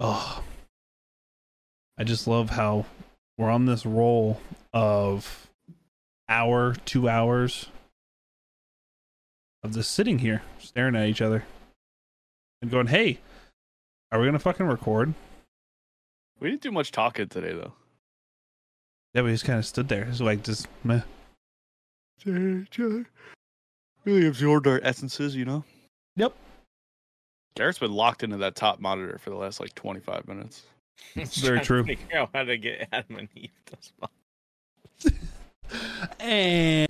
oh, I just love how we're on this roll of hour, two hours of just sitting here staring at each other and going, "Hey, are we gonna fucking record?" We didn't do much talking today, though. Yeah, we just kind of stood there, It's like just meh. Really absorbed our essences, you know? Yep. Garrett's been locked into that top monitor for the last like 25 minutes. It's very true. Figure out how to get Adam and Eve to spot. And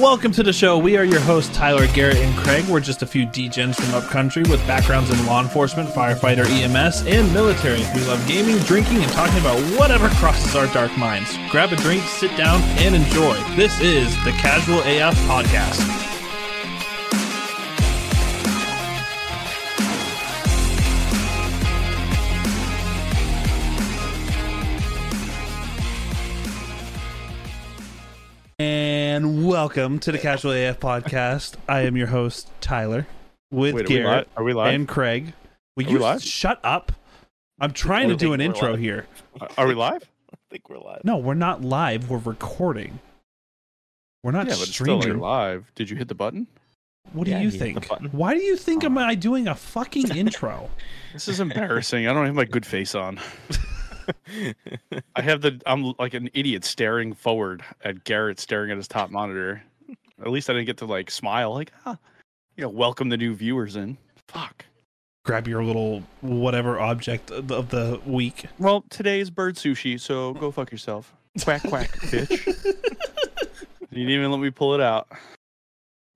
welcome to the show. We are your hosts, Tyler, Garrett, and Craig. We're just a few degens from upcountry with backgrounds in law enforcement, firefighter, EMS, and military. We love gaming, drinking, and talking about whatever crosses our dark minds. Grab a drink, sit down, and enjoy. This is the Casual AF Podcast. And welcome to the Casual AF Podcast. I am your host, Tyler, with Wait, Garrett. are we live? and Craig. Will Are we you live? shut up? I'm trying to I do think an we're intro live. here. Are we live? Are we live? I think we're live. No, we're not live. We're recording. We're not yeah, but it's still streaming. like live. Did you hit the button? What do Yeah, you you hit the think? button. Why do you think am I doing a fucking intro? This is embarrassing. I don't have my good face on. I have the, I'm like an idiot staring forward at Garrett staring at his top monitor. At least I didn't get to like smile, like, ah, you know, welcome the new viewers in. Fuck. Grab your little whatever object of the, of the week. Well, today is bird sushi, so go fuck yourself. Quack, quack, bitch. You didn't even let me pull it out.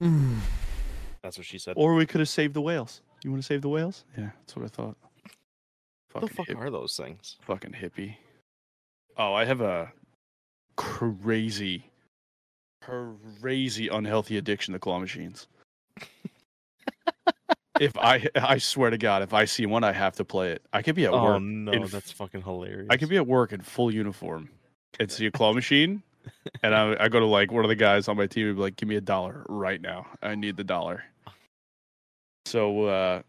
Mm. That's what she said. Or we could have saved the whales. You want to save the whales? Yeah, that's what I thought. what Fucking, the fuck hip- are those things? fucking hippie. Oh, I have a crazy, crazy unhealthy addiction to claw machines. if I, I swear to God, if I see one, I have to play it. I could be at oh work. no, in f- that's fucking hilarious. I could be at work in full uniform and see a claw machine, and I, I go to like one of the guys on my team and be like, "Give me a dollar right now. I need the dollar." So, uh,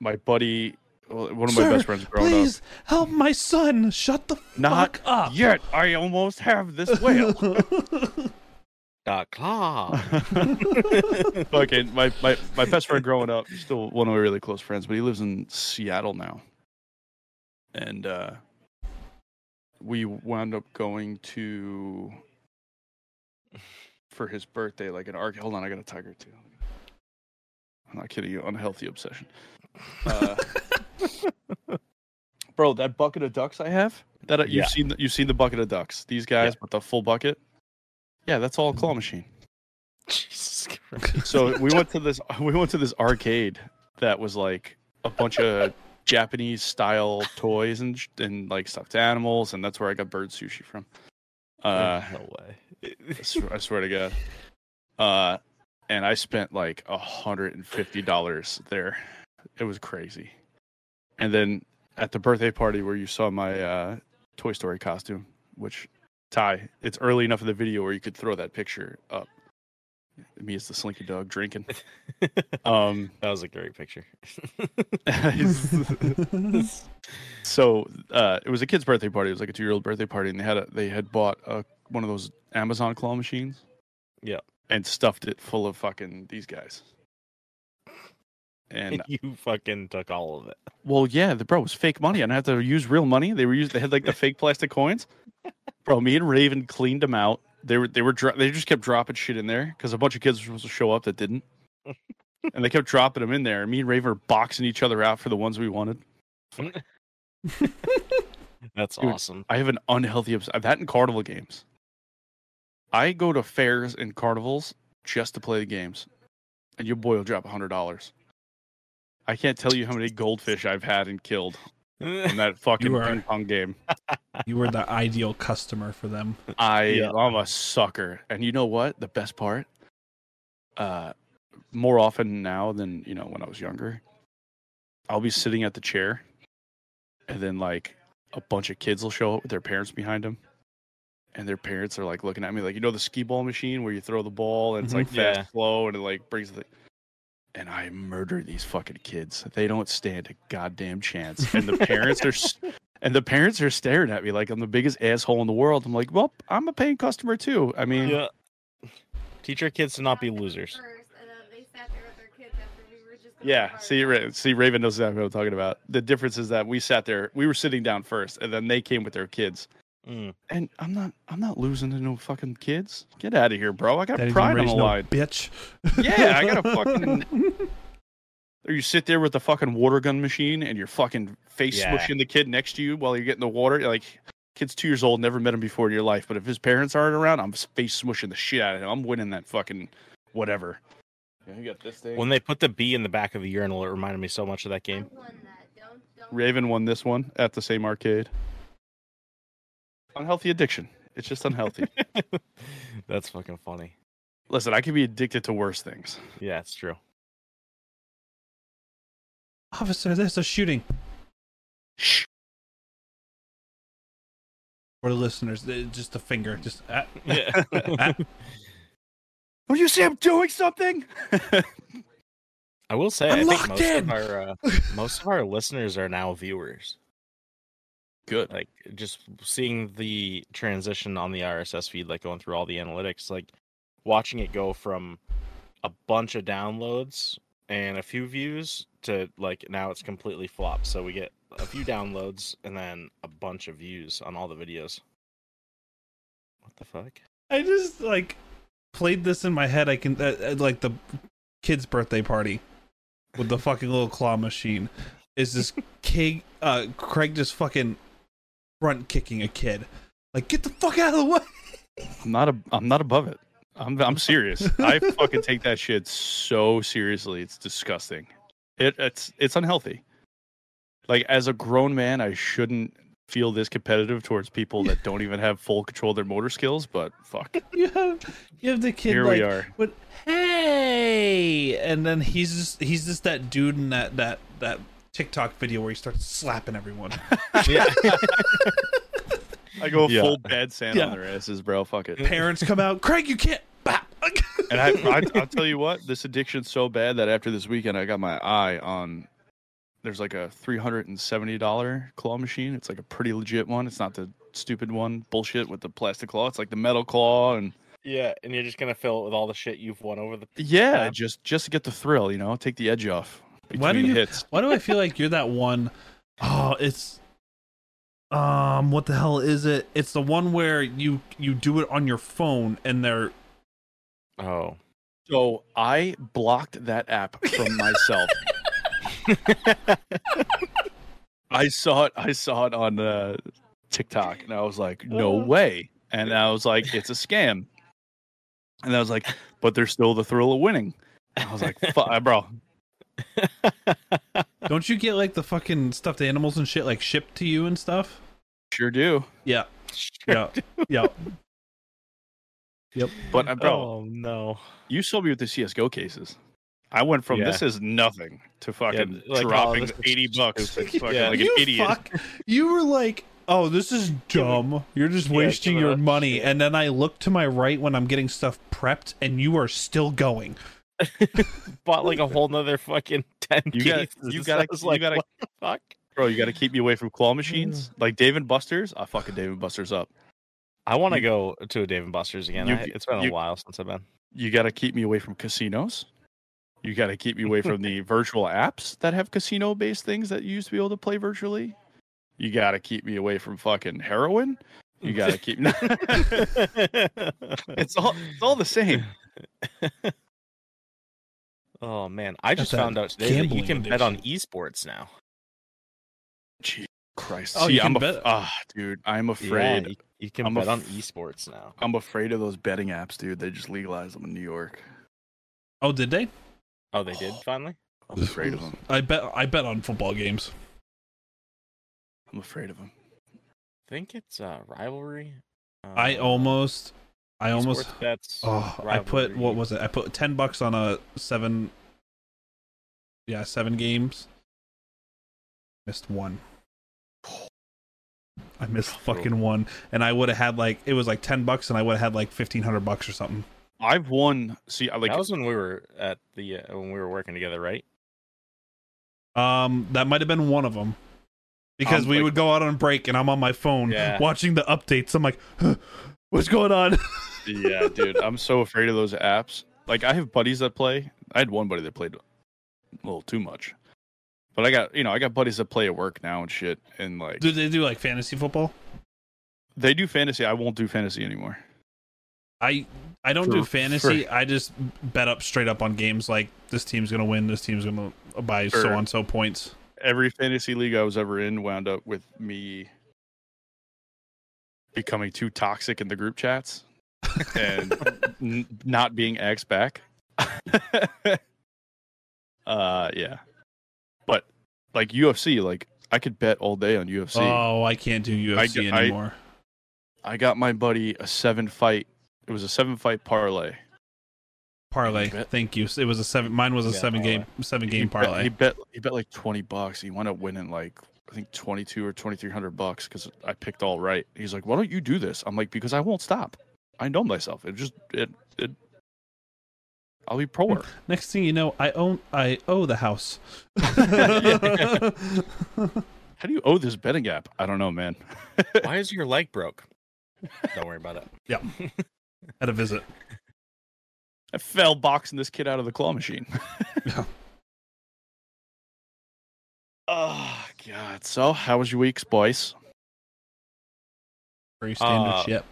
my buddy, well, one of my Sir, best friends growing Please help my son. Shut the Not fuck up. up. Yet I almost have this whale. Dot claw. Fucking my, my my best friend growing up, he's still one of my really close friends, but he lives in Seattle now. And uh we wound up going to for his birthday, like an arc. Hold on, I got a tiger too. I'm not kidding you. Unhealthy obsession, uh, bro. That bucket of ducks I have. That uh, you've Yeah. seen. You've seen the bucket of ducks. These guys with the full bucket. Yeah, that's all a claw machine Jesus Christ. so we went to this we went to this arcade that was like a bunch of Japanese style toys and sh- and like stuffed animals and that's where I got bird sushi from. Uh no way. I swear, I swear to God. Uh and I spent like hundred and fifty dollars there. It was crazy. And then at the birthday party where you saw my uh Toy Story costume, which Ty, it's early enough in the video where you could throw that picture up. Me as the slinky dog drinking. Um that was a great picture. so uh, it was a kid's birthday party. It was like a two-year-old birthday party, and they had a, they had bought a, one of those Amazon claw machines. Yeah. and stuffed it full of fucking these guys. And And uh, you fucking took all of it. well, yeah, the bro it was fake money. I didn't have to use real money. They were used. They had like the fake plastic coins. Bro, me and Raven cleaned them out. They were they were dro- they just kept dropping shit in there because a bunch of kids were supposed to show up that didn't, and they kept dropping them in there. Me and Raven were boxing each other out for the ones we wanted. That's Dude. awesome. I have an unhealthy obs- that in carnival games. I go to fairs and carnivals just to play the games, and your boy will drop hundred dollars. I can't tell you how many goldfish I've had and killed in that fucking You are- ping pong game. you were the ideal customer for them. I Yeah. I'm a sucker, and you know what? The best part, uh, more often now than you know when I was younger, I'll be sitting at the chair, and then like a bunch of kids will show up with their parents behind them, and their parents are like looking at me like you know the skee ball machine where you throw the ball and it's like Mhm. Mm-hmm. Yeah. fast flow and it like brings the. and I murder these fucking kids. They don't stand a goddamn chance. And the parents are s- and the parents are staring at me like I'm the biggest asshole in the world. I'm like, well, I'm a paying customer too. I mean, Yeah. Teach your kids to not be losers. yeah. See, Ra- see, Raven knows exactly what I'm talking about. The difference is that we sat there, we were sitting down first, and then they came with their kids. Mm. And I'm not, I'm not losing to no fucking kids. Get out of here, bro. I got Daddy's gonna pride on raise the no line. bitch. Yeah, I got a fucking. Or you sit there with the fucking water gun machine and you're fucking face Yeah. smushing the kid next to you while you're getting the water. You're like, kid's two years old, never met him before in your life. But if his parents aren't around, I'm face smushing the shit out of him. I'm winning that fucking whatever. Yeah, you got this thing. When they put the B in the back of the urinal, it reminded me so much of that game. Raven won this one at the same arcade. Unhealthy addiction. It's just unhealthy. That's fucking funny. Listen, I could be addicted to worse things. Yeah, it's true. Officer, there's a shooting. Shh. For the listeners, uh, just a finger. Just ah, Yeah. Will you see I'm doing something? I will say, I'm i think locked most in! of our uh, most of our listeners are now viewers. Good. Like just seeing the transition on the RSS feed, like going through all the analytics, like watching it go from a bunch of downloads and a few views to like now it's completely flopped. So we get a few downloads and then a bunch of views on all the videos. What the fuck? I just like played this in my head. I can uh, uh, like the kid's birthday party with the fucking little claw machine. Is this kid? Uh, Craig just fucking front kicking a kid. Like get the fuck out of the way. I'm not a, I'm not above it. I'm I'm serious. I fucking take that shit so seriously. It's disgusting. It it's it's unhealthy. Like as a grown man, I shouldn't feel this competitive towards people that don't even have full control of their motor skills, but fuck. You have you have the kid. Here like, we are. But hey, and then he's just he's just that dude in that that that TikTok video where he starts slapping everyone. Yeah. I go Yeah. full bad sand Yeah. on their asses, bro. Fuck it. Parents come out, Craig, you can't. Bap. And I, I I'll tell you what, this addiction's so bad that after this weekend I got my eye on there's like a three hundred and seventy dollar claw machine. It's like a pretty legit one. It's not the stupid one bullshit with the plastic claw. It's like the metal claw and yeah, and you're just gonna fill it with all the shit you've won over the Yeah, Yeah. just just to get the thrill, you know, take the edge off. Why do between you- hits? Why do I feel like you're that one? Oh, it's um, what the hell is it? It's the one where you you do it on your phone and they're Oh. So I blocked that app from myself. I saw it. I saw it on uh, TikTok, and I was like, "No Uh-huh. Oh. way!" And I was like, "It's a scam." And I was like, "But there's still the thrill of winning." And I was like, "Fuck, bro, don't you get like the fucking stuffed animals and shit like shipped to you and stuff? sure do." Yeah, yeah, yeah. But uh, bro, Oh no. you saw me with the CS:GO cases. I went from Yeah. this is nothing to fucking like, oh, dropping this is eighty bucks, and stupid. fucking Yeah. like an you idiot. Fuck, you were like, oh, this is dumb. You're just Yeah, wasting give it your up. money. And then I look to my right when I'm getting stuff prepped, and you are still going. bought like a whole nother fucking ten You gotta- pieces. you gotta- I was you like, gotta- what the fuck? Bro, you got to keep me away from claw machines. Like Dave and Buster's, I fucking Dave and Buster's up. I want to You- go to a Dave and Buster's again. You- I, it's been you- a while since I've been. You got to keep me away from casinos. You got to keep me away from the virtual apps that have casino based things that you used to be able to play virtually. You got to keep me away from fucking heroin. You got to keep. it's all it's all the same. oh man, I just That's a found out today that you gambling can bet on esports now. Jesus Christ. Oh, See, you can I'm bet- af- ah, dude, I'm Yeah, afraid. you, you can I'm a bet on f- esports now. I'm afraid of those betting apps, dude. They just legalized them in New York. Oh, did they? Oh, they did finally. I'm afraid of them. I bet. I bet on football games. I'm afraid of them. I think it's uh, rivalry. Uh, I almost. I almost. esports bets. Oh, I put rivalry. what was it? I put ten bucks on a seven. Yeah, seven games. Missed one. I missed fucking one, and I would have had like it was like ten bucks, and I would have had like fifteen hundred bucks or something. I've won. See, I like that was when we were at the uh, when we were working together, right? Um, that might have been one of them because I'm, we like- would go out on break, and I'm on my phone Yeah. watching the updates. I'm like, "Huh, what's going on? yeah, dude. I'm so afraid of those apps. Like I have buddies that play. I had one buddy that played a little too much. But I got you know, I got buddies that play at work now and shit and like do they do like fantasy football? they do fantasy. I won't do fantasy anymore. I I don't do For- fantasy. I just bet up straight up on games like this team's gonna win, this team's gonna buy For- so on so points. Every fantasy league I was ever in wound up with me becoming too toxic in the group chats and n- not being asked back. uh yeah. But like UFC, like I could bet all day on UFC. Oh, I can't do UFC I- anymore. I got my buddy a seven fight. It was a seven fight parlay. parlay. bet- Thank you. It was a seven. Mine was a Yeah, seven game seven Oh, he game bet- parlay. he bet he bet like twenty bucks. He wound up winning like I think twenty two or twenty three hundred bucks because I picked all right. He's like, "Why don't you do this?" I'm like, "Because I won't stop. I know myself. It just it it. I'll be poor. Next thing you know, I own I owe the house. Yeah. How do you owe this betting app? I don't know, man. Why is your leg broke? Don't worry about it. At a visit. I fell boxing this kid out of the claw machine. Yeah. Oh God! So, how was your week, boys? Very standard Uh, shit.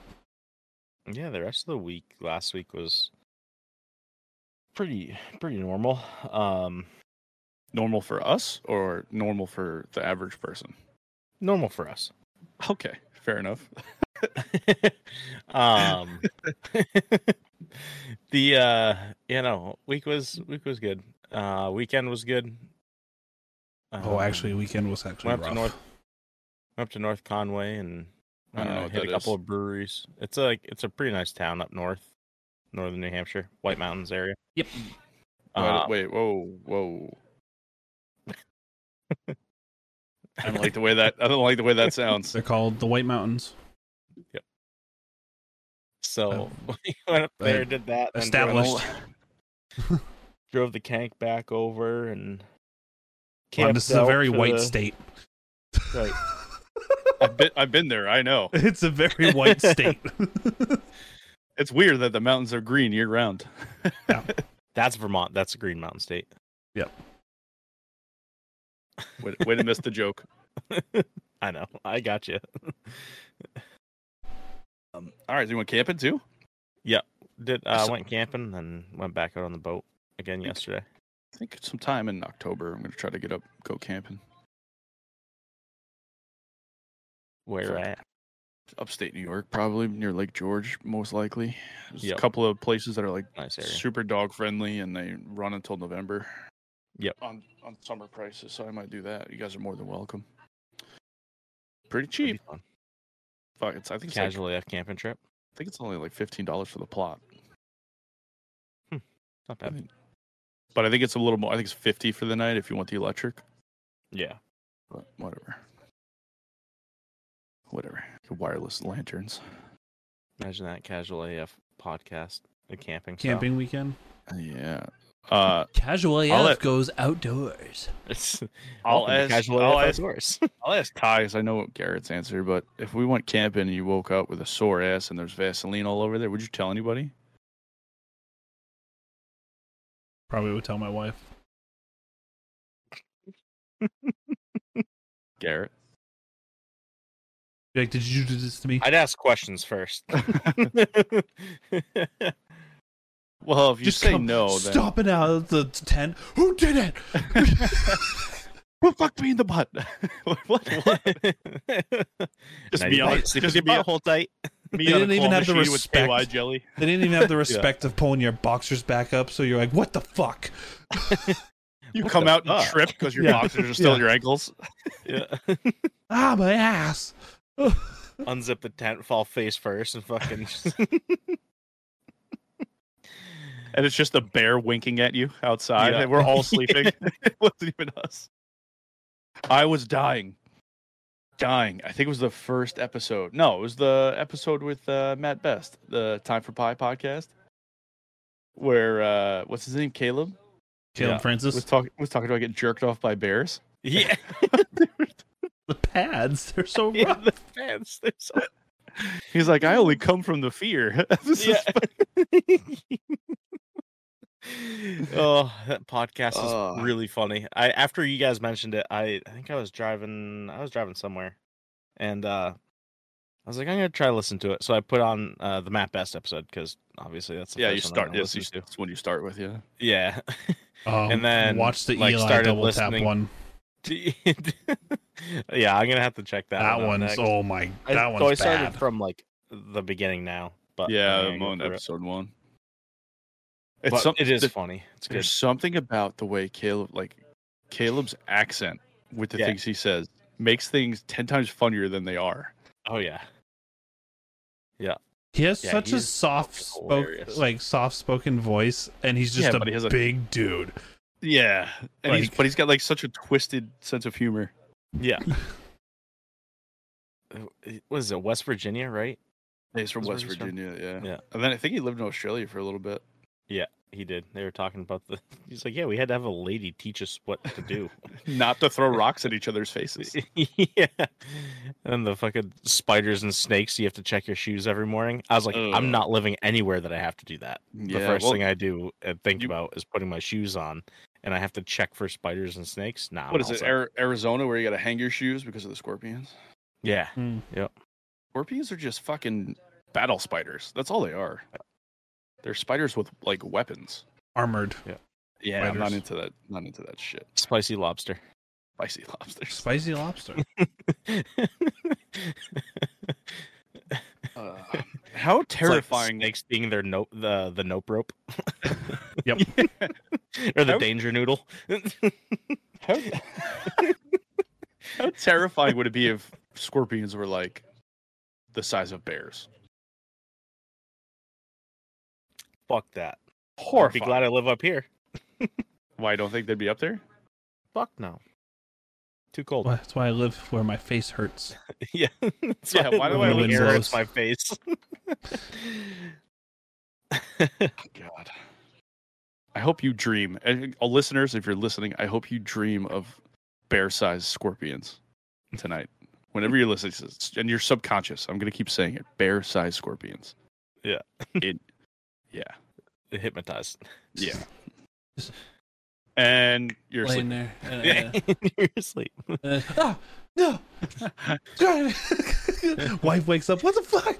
Yeah, the rest of the week last week was pretty pretty normal. Um Normal for us, or normal for the average person? normal for us. Okay, fair enough. um the uh you know, week was week was good. Uh weekend was good. Oh, Um, actually, weekend was actually went up rough. to North went up to North Conway and I don't uh, know what hit a that couple is. of breweries. It's a it's a pretty nice town up north, northern New Hampshire, White Mountains area. Yep. Wait, Uh, wait, whoa, whoa! I don't like the way that I don't like the way that sounds. They're called the White Mountains. So Um, we went up uh, there, did that, and drove- Established. Drove the cank back over and. Wow, camped this is a out very for white the- state. right. I've been, I've been there. I know. It's a very white state. It's weird that the mountains are green year round. That's Vermont. That's a Green Mountain State. Way, way to miss the joke. I know. I got you. Um, all right, so you went camping too? Did uh, So- went camping and went back out on the boat again yesterday. I think sometime in October, I'm gonna try to get up, go camping, Where Fuck. at? upstate New York, probably near Lake George, most likely. There's Yep. a couple of places that are like Nice area. super dog friendly and they run until November. Yep. On on summer prices, so I might do that. You guys are more than welcome. Pretty That'd be cheap. fun. Fuck, it's I think it's like, Casual AF camping trip. I think it's only like fifteen dollars for the plot. Not I bad. think. But I think it's a little more I think it's fifty for the night if you want the electric. Yeah. But whatever. Whatever. Wireless lanterns. Imagine that casual AF podcast. The camping. style. Camping weekend. Yeah. Uh Casual I'll let- goes outdoors. It's I'll welcome to ask, casual I'll AF ask outdoors. I'll ask Ty 'cause I know what Garrett's answer, but if we went camping and you woke up with a sore ass and there's Vaseline all over there, would you tell anybody? Probably would tell my wife. Garrett. Be like, did you do this to me? I'd ask questions first. Well, if you say come- no, then Stop it out of the tent. Who did it? Who fucked me in the butt? what, what? Now Just you be on, might sleep just with your be on, butthole tight. me They on didn't a claw even have the machine with KY respect. jelly. They didn't even have the respect of pulling your boxers back up, so you're like, what the fuck? You What come the out and fuck? trip because your Yeah. boxers are still Yeah. at your ankles. Yeah. Ah, my ass. Unzip the tent, fall face first, and fucking. just- And it's just a bear winking at you outside. Yeah. And we're all sleeping. it wasn't even us. I was dying. Dying. I think it was the first episode. No, it was the episode with uh, Matt Best, the Time for Pie podcast. where uh, what's his name, Caleb, Caleb Yeah. was Francis. talking was talking about getting jerked off by bears. Yeah, The pads, they're so yeah, rough. the fans. They're so He's like, I only come from the fear. This is- oh, that podcast Oh. is really funny. I after you guys mentioned it, I, I think I was driving I was driving somewhere and uh I was like, I'm gonna try to listen to it. So I put on uh, the Matt Best episode because obviously that's the yeah, you first one I'm start. gonna Yes, you, listen that's when you start with. Yeah, to. Yeah. Oh, And then, watch the like, Eli started double tap listening- one. yeah, I'm gonna have to check that. That one out one's next. oh my, that I- so I one's started bad. from like the beginning now. But I'm yeah, gonna I'm go on through it. episode one. But It's something. it is the- funny. It's good. There's something about the way Caleb, like Caleb's accent with the Yeah. things he says, makes things ten times funnier than they are. Oh yeah. He has Yeah, such a he's soft fucking spoken, hilarious. like soft spoken voice, and he's just Yeah, a, but he has a- big dude. Yeah, and he's, Like- but he's got like such a twisted sense of humor. Yeah. Was it West Virginia, right? He's from Is where West he's from? Virginia, yeah. Yeah. And then I think he lived in Australia for a little bit. He did. They were talking about the. He's like, yeah, we had to have a lady teach us what to do. Not to throw rocks at each other's faces. yeah. And the fucking spiders and snakes. You have to check your shoes every morning. I was like, Ugh. I'm not living anywhere that I have to do that. The first thing I do and think you- about is putting my shoes on, and I have to check for spiders and snakes. Nah. I'm what is it, outside. Ari- Arizona, where you got to hang your shoes because of the scorpions? yeah. Scorpions are just fucking battle spiders. That's all they are. They're spiders with like weapons. Armored, Yeah, I'm Spiders. not into that. Not into that shit. Spicy lobster. Spicy lobsters. spicy lobster. Uh, how terrifying! Like snakes being their nope, the the nope rope. Yep. or the How- danger noodle. how, how terrifying would it be if scorpions were like the size of bears? Fuck that. I'd be Horrifying. glad I live up here. Why I don't think they'd be up there? Fuck no. Too cold. Well, That's why I live where my face hurts. yeah. That's Yeah, why do I live live here? close? It's my face. God. I hope you dream. And uh, listeners, if you're listening, I hope you dream of bear sized scorpions tonight. Whenever you're listening, to this, and you're subconscious, I'm going to keep saying it bear sized scorpions. Yeah. it, yeah. Hypnotized. Yeah. And you're Laying asleep. there. Yeah. You're asleep. Uh, ah, no. God. Wife wakes up. What the fuck?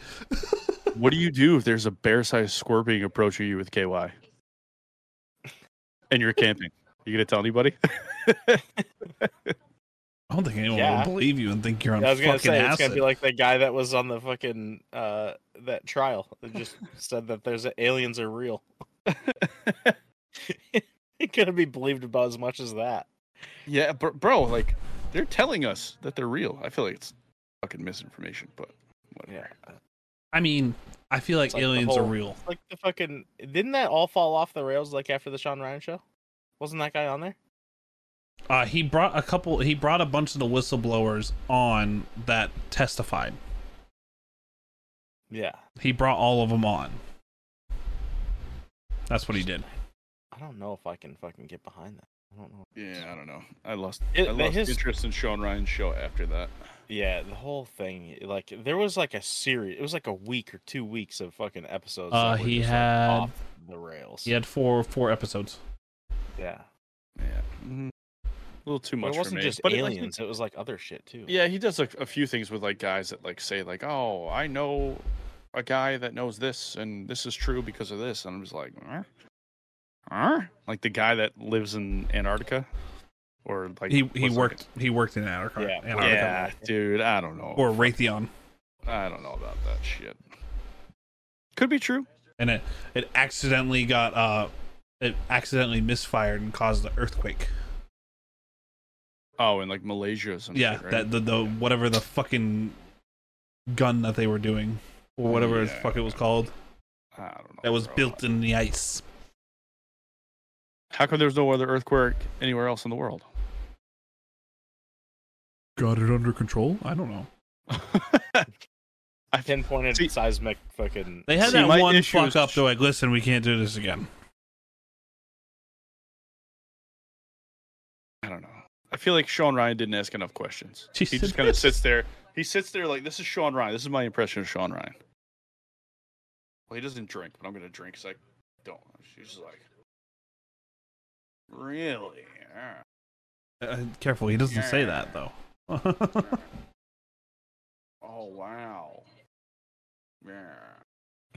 What do you do if there's a bear sized scorpion approaching you with KY? And you're camping. You going to tell anybody? I don't think anyone Yeah. will believe you and think you're on I was gonna fucking say it's acid. gonna be like the guy that was on the fucking uh that trial that just said that there's a, aliens are real. it couldn't be believed about as much as that. Yeah, br- bro, like they're telling us that they're real. I feel like it's fucking misinformation, but whatever. I mean, I feel like, It's like the aliens are whole- real. Like the fucking didn't that all fall off the rails like after the Sean Ryan show? Wasn't that guy on there? Uh, he brought a couple. He brought a bunch of the whistleblowers on that testified. Yeah. He brought all of them on. That's what he did. I don't know if I can fucking get behind that. I don't know. Yeah, I don't know. I lost, It- I but lost his- interest in Sean Ryan's show after that. Yeah, the whole thing like there was like a series it was like a week or two weeks of fucking episodes. Uh, that were he just, like, had- off the rails. He had four four episodes. Yeah. Yeah, Mhm. a little too Well, much. it for wasn't me. just But it- like, aliens; it was like other shit too. yeah, he does a, a few things with like guys that like say like, "Oh, I know a guy that knows this, and this is true because of this," and I'm just like, huh? Huh? like the guy that lives in Antarctica, or like He he what's that worked he worked in Antarctica, Yeah. guy? Antarctica Yeah, dude, I don't know. or Raytheon, I don't know about that shit. Could be true. and it it accidentally got uh it accidentally misfired and caused the earthquake. Oh, and like Malaysia or some yeah, shit, right? that the, the whatever the fucking gun that they were doing or whatever the Yeah. fuck it was called I don't know. that was bro. built in the ice. How come there's no other earthquake anywhere else in the world? Got it under control? I don't know. pinpointed See- seismic fucking. They had See, that my one issue fuck is- up. They're like, listen, we can't do this again. I don't know. I feel like Sean Ryan didn't ask enough questions. She he said just kind of this. sits there. He sits there like this is Sean Ryan. This is my impression of Sean Ryan. Well, he doesn't drink, but I'm gonna drink because I don't. She's just like, really? Yeah." Uh, careful, he doesn't say that though. Oh wow. Yeah.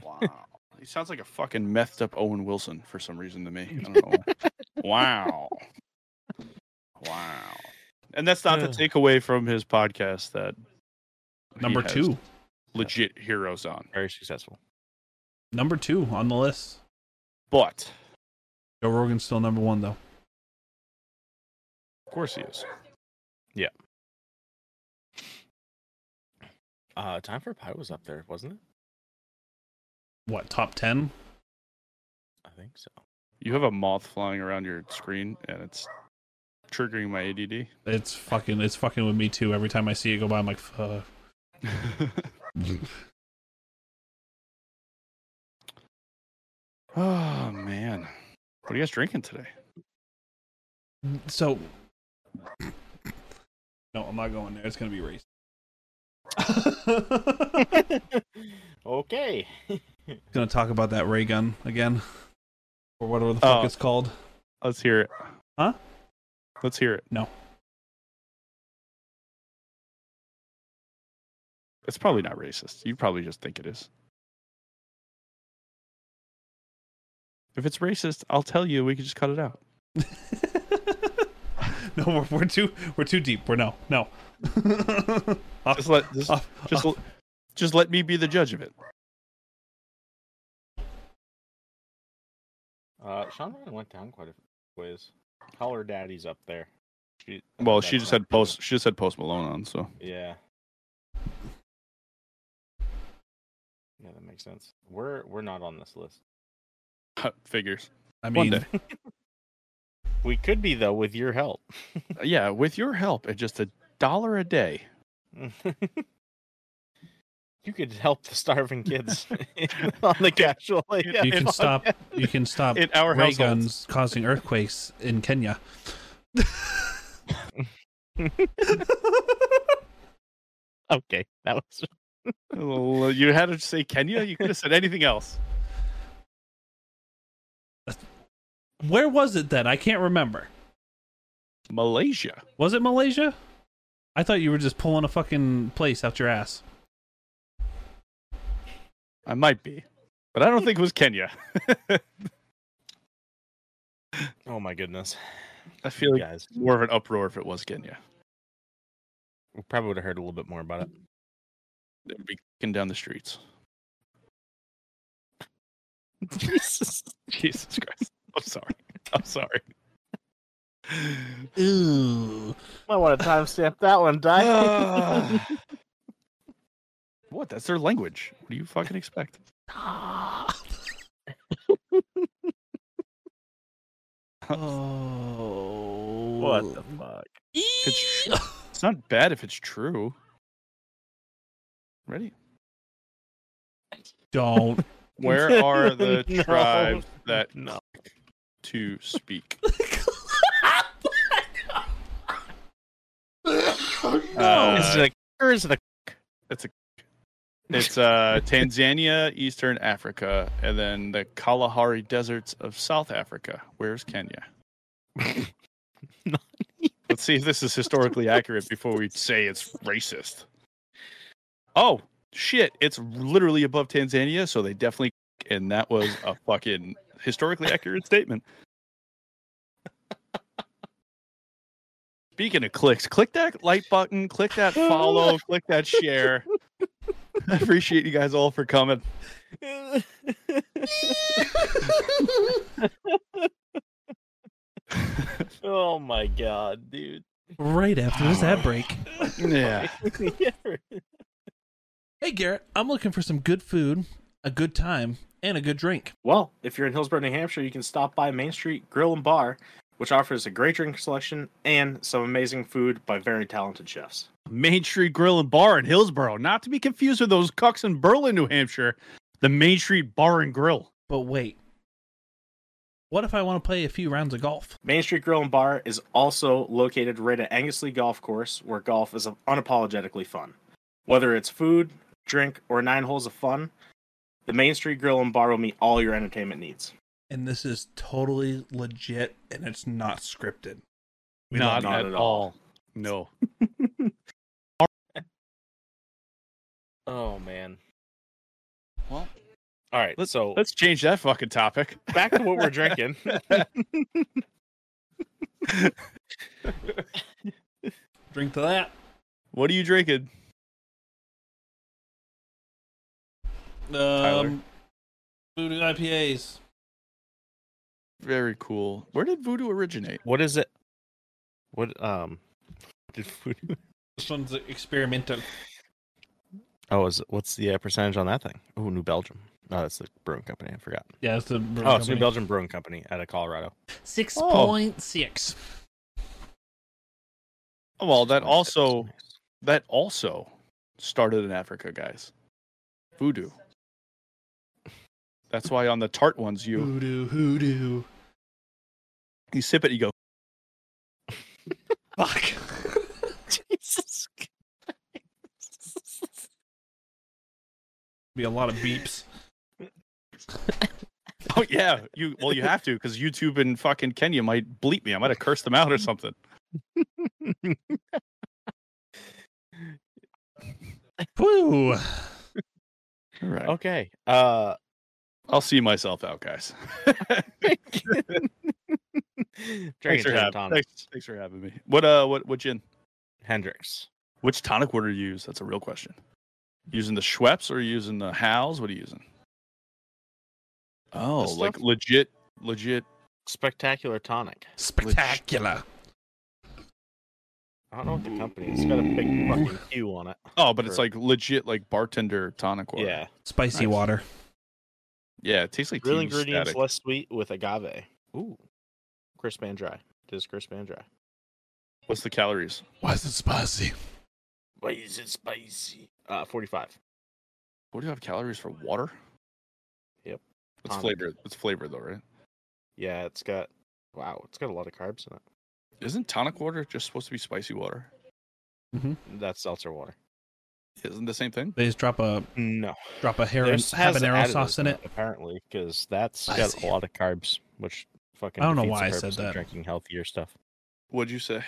Wow. he sounds like a fucking methed up Owen Wilson for some reason to me. I don't know. why. wow. Wow. And that's not to Ugh. take away from his podcast that he Number has two, legit heroes on. Very successful. number two on the list. But Joe Rogan's still number one though. of course he is. Uh, time for a pie was up there, wasn't it? What top ten? I think so. You have a moth flying around your screen and it's triggering my ADD. It's fucking. It's fucking with me too. Every time I see it go by, I'm like, fuck. oh man. What are you guys drinking today? So, no, I'm not going there. It's gonna be racist. okay. gonna talk about that ray gun again, or whatever the fuck Oh. it's called. Let's hear it. Huh? Let's hear it. No. It's probably not racist. You probably just think it is. If it's racist, I'll tell you. We can just cut it out. no, we're, we're too we're too deep. We're no no. off, Just let just, off, just, l- just let me be the judge of it. Uh, Sean Ryan went down quite a ways. Call her daddy's up there. She, Well, that's she just not had post. She just had post Malone on. So true. Yeah. Yeah, that makes sense. We're we're not on this list. figures. I One mean, We could be though with your help. Yeah, with your help at just a dollar a day. you could help the starving kids on the casual. you can stop. You can stop In our ray household. guns causing earthquakes in Kenya. Okay, that was Well, you had to say Kenya. You could have said anything else. Where was it then? I can't remember. Malaysia. Was it Malaysia? I thought you were just pulling a fucking place out your ass. I might be, but I don't think it was Kenya. Oh my goodness, I feel like guys, more of an uproar if it was Kenya. we probably would have heard a little bit more about it. They'd be kicking down the streets. Jesus. Jesus Christ. I'm sorry. I'm sorry. Ooh. Might want to timestamp that one, Di. Ah. what? That's their language. What do you fucking expect? oh. what the fuck? It's, it's not bad if it's true. Ready? Don't. Where are the No. tribes that No. to speak? Uh, Is it a or is it a It's uh, Tanzania, Eastern Africa, and then the Kalahari deserts of South Africa. Where's Kenya? Not Let's see if this is historically accurate before we say it's racist. Oh shit! It's literally above Tanzania, so they definitely. And that was a fucking historically accurate statement. Speaking of clicks, click that like button, click that follow, click that share. I appreciate you guys all for coming. oh my god, dude. right after this ad break. Yeah. Hey, Garrett, I'm looking for some good food, a good time, and a good drink. Well, if you're in Hillsborough, New Hampshire, you can stop by Main Street Grill and Bar, which offers a great drink selection and some amazing food by very talented chefs. Main Street Grill and Bar in Hillsborough, not to be confused with those cucks in Berlin, New Hampshire. The Main Street Bar and Grill. But wait, What if I want to play a few rounds of golf? Main Street Grill and Bar is also located right at Angusley Golf Course, where golf is unapologetically fun. Whether it's food, drink, or nine holes of fun, the Main Street Grill and Bar will meet all your entertainment needs. And this is totally legit and it's not scripted. We Not, don't not at, at all. No. Oh man! Well, All right, Let's- so Let's change that fucking topic. back to what we're drinking. drink to that. What are you drinking? Um, voodoo IPAs. Very cool. Where did voodoo originate? What is it? What um? Did food? This one's experimental. Oh, is what's the uh, percentage on that thing? Oh, New Belgium. No, that's the brewing company. I forgot. Yeah, it's the brewing Oh, it's New company. Belgium Brewing Company out of Colorado. Six Oh. point six. Well, that also that also started in Africa, guys. Voodoo. That's why on the tart ones you Voodoo, hoodoo. you sip it, you go, Fuck. Jesus. Be a lot of beeps. oh yeah, you well you have to because YouTube in fucking Kenya might bleep me. I might have cursed them out or something. Woo. All right, Okay. Uh, I'll see myself out, guys. Dragon thanks for having thanks, thanks for having me. What uh, what what gin? Hendrix. Which tonic water do you use? That's a real question. Using the Schweppes or using the Howes? What are you using? Oh, This like stuff? legit, legit. Spectacular tonic. Spectacular. I don't know what the company is. It's got a big fucking Q on it. Oh, but it's Or- like legit, like bartender tonic water. Yeah. Spicy Nice. water. yeah. It tastes like Real tea ingredients, static. less sweet with agave. Ooh. Crisp and dry. It is crisp and dry. What's the calories? Why is it spicy? Why is it spicy? Uh, 45. What do you have calories for water? Yep. It's Tonic. flavor. It's flavor though, right? Yeah, it's got, wow, it's got a lot of carbs in it. Isn't tonic water just supposed to be spicy water? That's seltzer water. Isn't the same thing? They just drop a No. drop a hair There's has habanero additives sauce in it. apparently, because that's I got see. a lot of carbs, which fucking I don't know defeats why I the said purpose of that. Drinking healthier stuff. What'd you say?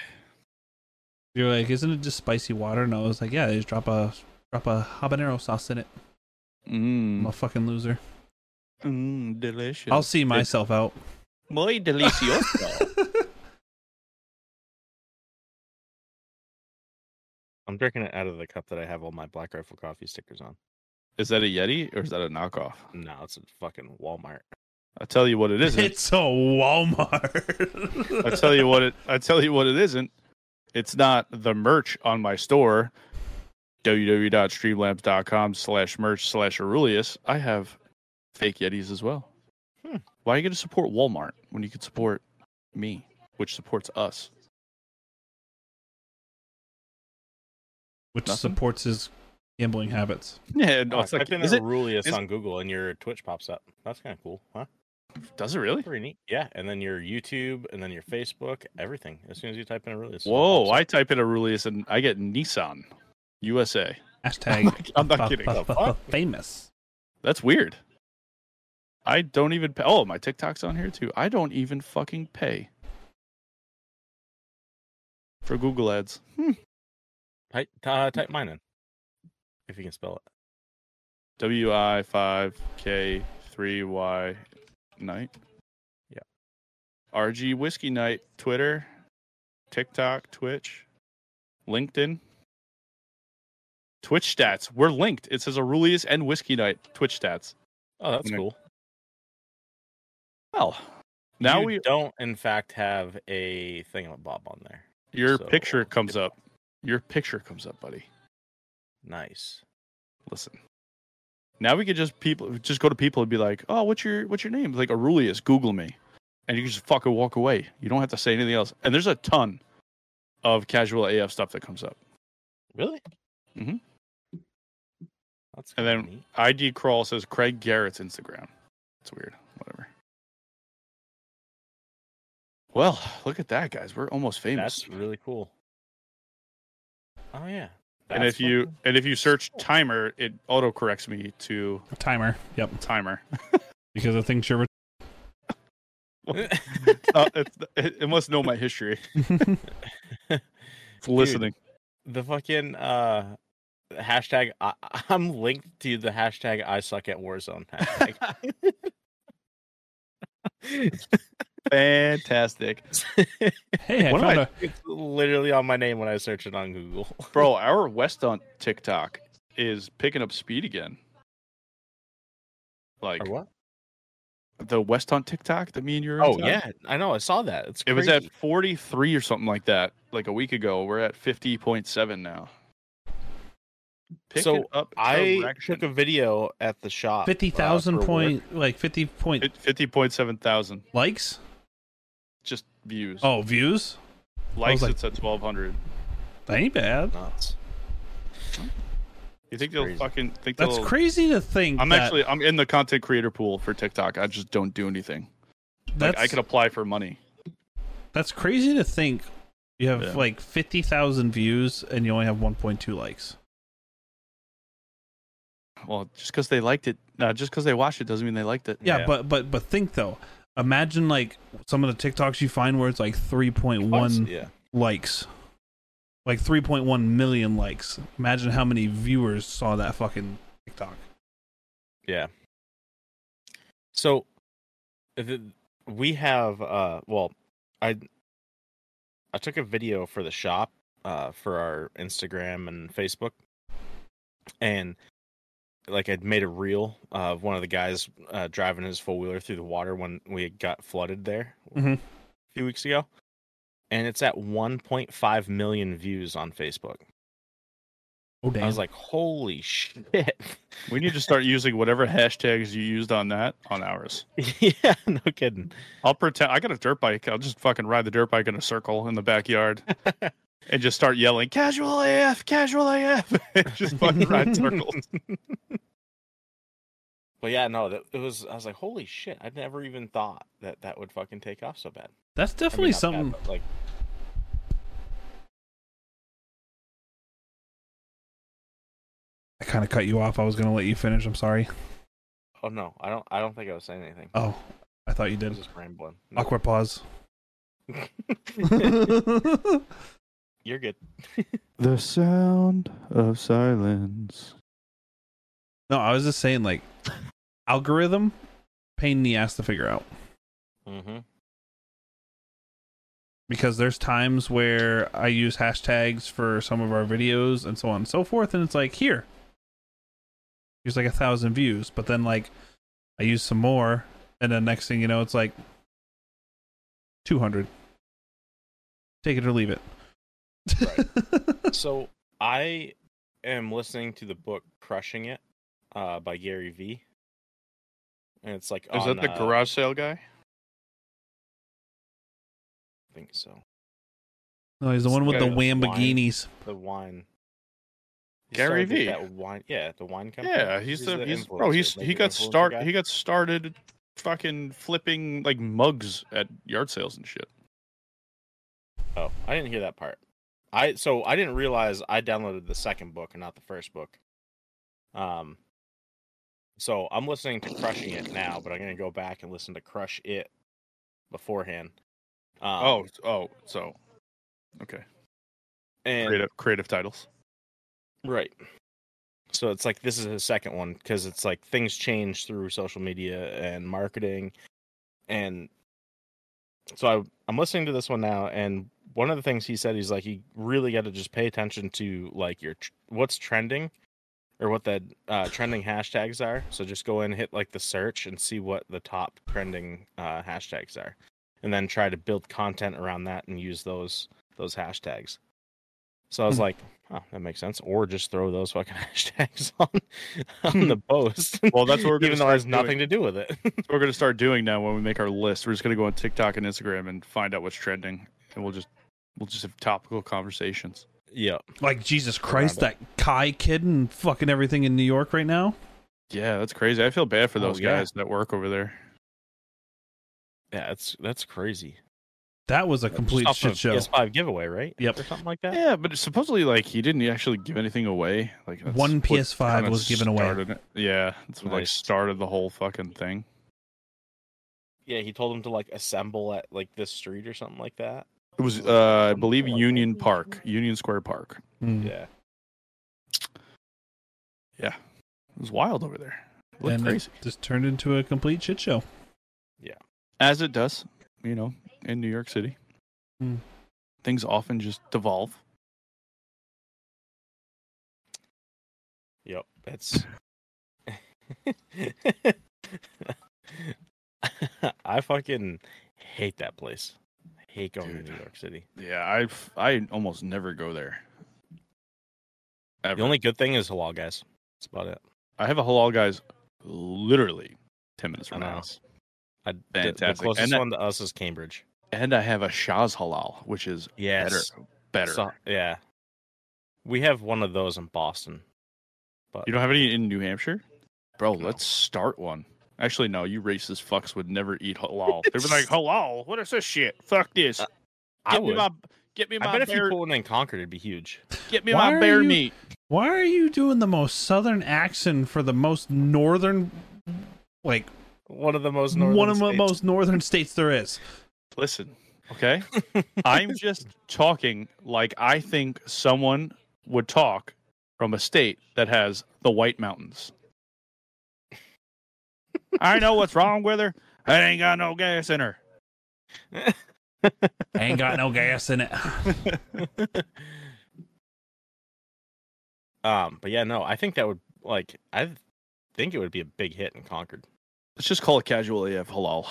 You're like, isn't it just spicy water? And I was like, yeah, they just drop a drop a habanero sauce in it. I'm a Mmm, fucking loser. mm, delicious. I'll see myself out. Muy delicioso. I'm drinking it out of the cup that I have all my Black Rifle coffee stickers on. is that a Yeti or is that a knockoff? No, it's a fucking Walmart. I tell you what, it isn't. it's a Walmart. I tell you what it I tell you what it isn't. It's not the merch on my store www.streamlabs.com slash merch slash Aurelius. I have fake Yetis as well. Hmm. Why are you going to support Walmart when you could support me, which supports us? which Nothing? supports his gambling habits. Yeah, no, it's I like, type in is it, Aurelius is- on Google and your Twitch pops up. That's kind of cool, huh? does it really? Pretty neat. Yeah, and then your YouTube and then your Facebook, everything. As soon as you type in Aurelius. it Whoa, pops up. I type in Aurelius and I get Nissan USA. I'm Hashtag not, I'm not kidding. fa- the fa- fuck? fa- famous. That's weird. I don't even pay. Oh, my TikTok's on here too. I don't even fucking pay for Google Ads. Hmm. Type, uh, type mine in if you can spell it. WI five K three Y night. Yeah. RG whiskey night. Twitter, TikTok, Twitch, LinkedIn. Twitch stats. We're linked. It says Aurelius and whiskey night. Twitch stats. Oh, that's Yeah. cool. Well, now You we don't, in fact, have a thingamabob on there. your so- picture comes up. Your picture comes up, buddy. Nice. listen. Now we could just people just go to people and be like, "Oh, what's your what's your name?" Like Aurelius, Google me, and you can just fucking walk away. You don't have to say anything else. And there's a ton of casual AF stuff that comes up. Really? Mhm. That's And kinda then- neat. ID crawl says Craig Garrett's Instagram. It's weird. Whatever. Well, look at that, guys. We're almost famous. That's really cool. Oh yeah. and That's if you fucking- and if you search timer, it auto corrects me to Timer. Yep. timer. Because I think sure. Uh, it's, it, it must know my history. It's listening. the fucking uh hashtag I, I'm linked to the hashtag I suck at Warzone hashtag. Fantastic, hey, I What am found I- a it's literally on my name when I search it on Google. bro. Our West on TikTok is picking up speed again. Like Or what? the West on TikTok that me and you are. Oh yeah, I know. I saw that. It's It was crazy. at 43 or something like that, like a week ago. We're at 50.7 now. Pick So, it up I direction. took a video at the shop. fifty thousand uh, for work. point like fifty point It- 50.7 thousand likes. just views. Oh, views. Likes, like- it's at 1,200. That ain't bad. Nuts. You think they'll crazy. fucking think That's they'll- crazy to think. I'm that- actually I'm in the content creator pool for TikTok. I just don't do anything. that's like I could apply for money. that's crazy to think. You have Yeah. like fifty thousand views and you only have one point two likes. Well, just because they liked it, uh, just because they watched it doesn't mean they liked it. Yeah, Yeah. but but but think though. Imagine like some of the TikToks you find where it's like three point one Yeah. likes, like three point one million likes. Imagine how many viewers saw that fucking TikTok. Yeah. So the, we have uh well I I took a video for the shop uh for our Instagram and Facebook and like I'd made a reel of one of the guys uh, driving his four wheeler through the water when we had got flooded there Mhm. a few weeks ago, and it's at 1.5 million views on Facebook. Oh damn! I was like, "Holy shit!" We need to start using whatever hashtags you used on that on ours. yeah, no kidding. I'll pretend I got a dirt bike. I'll just fucking ride the dirt bike in a circle in the backyard and just start yelling "Casual AF, Casual AF," and just fucking ride circles. But yeah, no, that, it was. I was like, holy shit! I'd never even thought that that would fucking take off so bad. That's I definitely mean, not bad, something. but, like, I kind of cut you off. I was gonna let you finish. I'm sorry. oh no, I don't. I don't think I was saying anything. Oh, I thought you I was did. just rambling. No. Awkward pause. You're good. The sound of silence. No, I was just saying like algorithm pain in the ass to figure out Mm-hmm. because there's times where I use hashtags for some of our videos and so on and so forth, and it's like here, here's like a thousand views, but then like I use some more, and then next thing you know, it's like two hundred. Take it or leave it. So I am listening to the book "Crushing It" uh, by Gary V. And it's like Is on, that the uh, garage sale guy? I think so. no, he's the one with the Okay, wine. Lamborghinis. The wine. He Gary started with V. That wine. Yeah, the wine company. Yeah, he's the, he's bro. influencer, He's like, he the got influencer start guy. he got started fucking flipping like mugs at yard sales and shit. Oh, I didn't hear that part. I so I didn't realize I downloaded the second book and not the first book. Um so I'm listening to Crushing It now, but I'm gonna go back and listen to Crush It beforehand. Um, Oh oh so okay and creative creative titles. Right. So it's like this is his second one because it's like things change through social media and marketing, and so I I'm listening to this one now, and one of the things he said he's like you really got to just pay attention to like your tr- what's trending, or what the uh, trending hashtags are. So just go in, hit like the search, and see what the top trending uh, hashtags are, and then try to build content around that and use those those hashtags. So I Mm-hmm. was Hmm. like, oh, that makes sense. Or just throw those fucking hashtags on on the post. Well, that's what we're gonna even though it has start nothing to do with it. we're gonna start doing now when we make our list. We're just gonna go on TikTok and Instagram and find out what's trending, and we'll just we'll just have topical conversations. yeah. Like Jesus Christ, Around that Kai kid and fucking everything in New York right now. Yeah, that's crazy. I feel bad for Oh, those yeah. guys that work over there. Yeah, it's that's crazy. That was a complete off shit of show. PS5 giveaway, right? Yep. Or something like that. Yeah, but supposedly like he didn't actually give anything away. Like that's One what PS5 kinda was given away. started it. Yeah, that's what like Nice. started the whole fucking thing. Yeah, he told him to like assemble at like this street or something like that. It was, uh, I believe, Union Park, Union Square Park. Mm. Yeah. Yeah, it was wild over there. It looked And it crazy just turned into a complete shit show. as it does, you know, in New York City. Hmm. Things often just devolve. Yep. That's. I fucking hate that place. I hate going Dude. to New York City. Yeah, I f- I almost never go there. Ever. The only good thing is halal, guys. That's about it. I have a halal guys literally ten minutes from I my know. house, I, the- The, Fantastic. closest And that- one to us is Cambridge. and I have a Shah's halal, which is Yes. better. Better. So- yeah. We have one of those in Boston. You don't have any in New Hampshire? Bro, No. let's start one. Actually, no, you racist fucks would never eat halal. They'd be like, halal? What is this shit? Fuck this. Uh, Get I me would. my get me I my bet if you bear, pull one in Concord, it'd be huge. get me Why my are bear you- meat. Why are you doing the most southern accent for the most northern, like One of the most northern. one of the states. most northern states there is? Listen, okay? I'm just talking like I think someone would talk from a state that has the White Mountains. I know what's wrong with her. It ain't got no gas in her. Ain't got no gas in it. um, but yeah, no, I think that would like I think it would be a big hit in Concord. Let's just call it casual AF halal.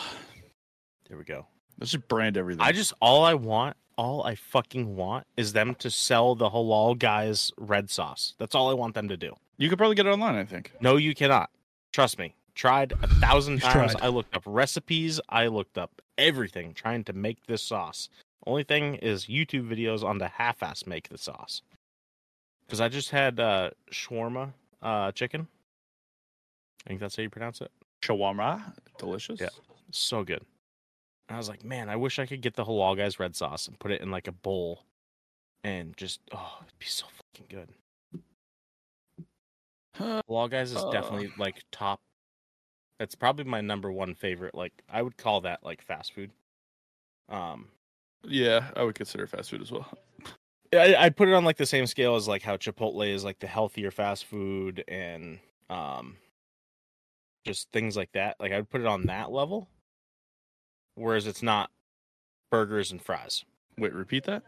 There we go. Let's just brand everything. I just all I want, all I fucking want is them to sell the halal guys red sauce. That's all I want them to do. You could probably get it online, I think. No, you cannot. Trust me. Tried a thousand He's times. tried. I looked up recipes. I looked up everything trying to make this sauce. Only thing is YouTube videos on the half-ass make the sauce. Because I just had uh, shawarma uh, chicken. I think that's how you pronounce it. Shawarma, delicious. Yeah. So good. And I was like, man, I wish I could get the halal guy's red sauce and put it in like a bowl, and just oh, it'd be so fucking good. Uh, Law Guys is Uh. definitely like top. That's probably my number one favorite. Like I would call that like fast food. Um, yeah, I would consider fast food as well. I, I put it on like the same scale as like how Chipotle is like the healthier fast food and um, just things like that. Like I would put it on that level. Whereas it's not burgers and fries. Wait, repeat that?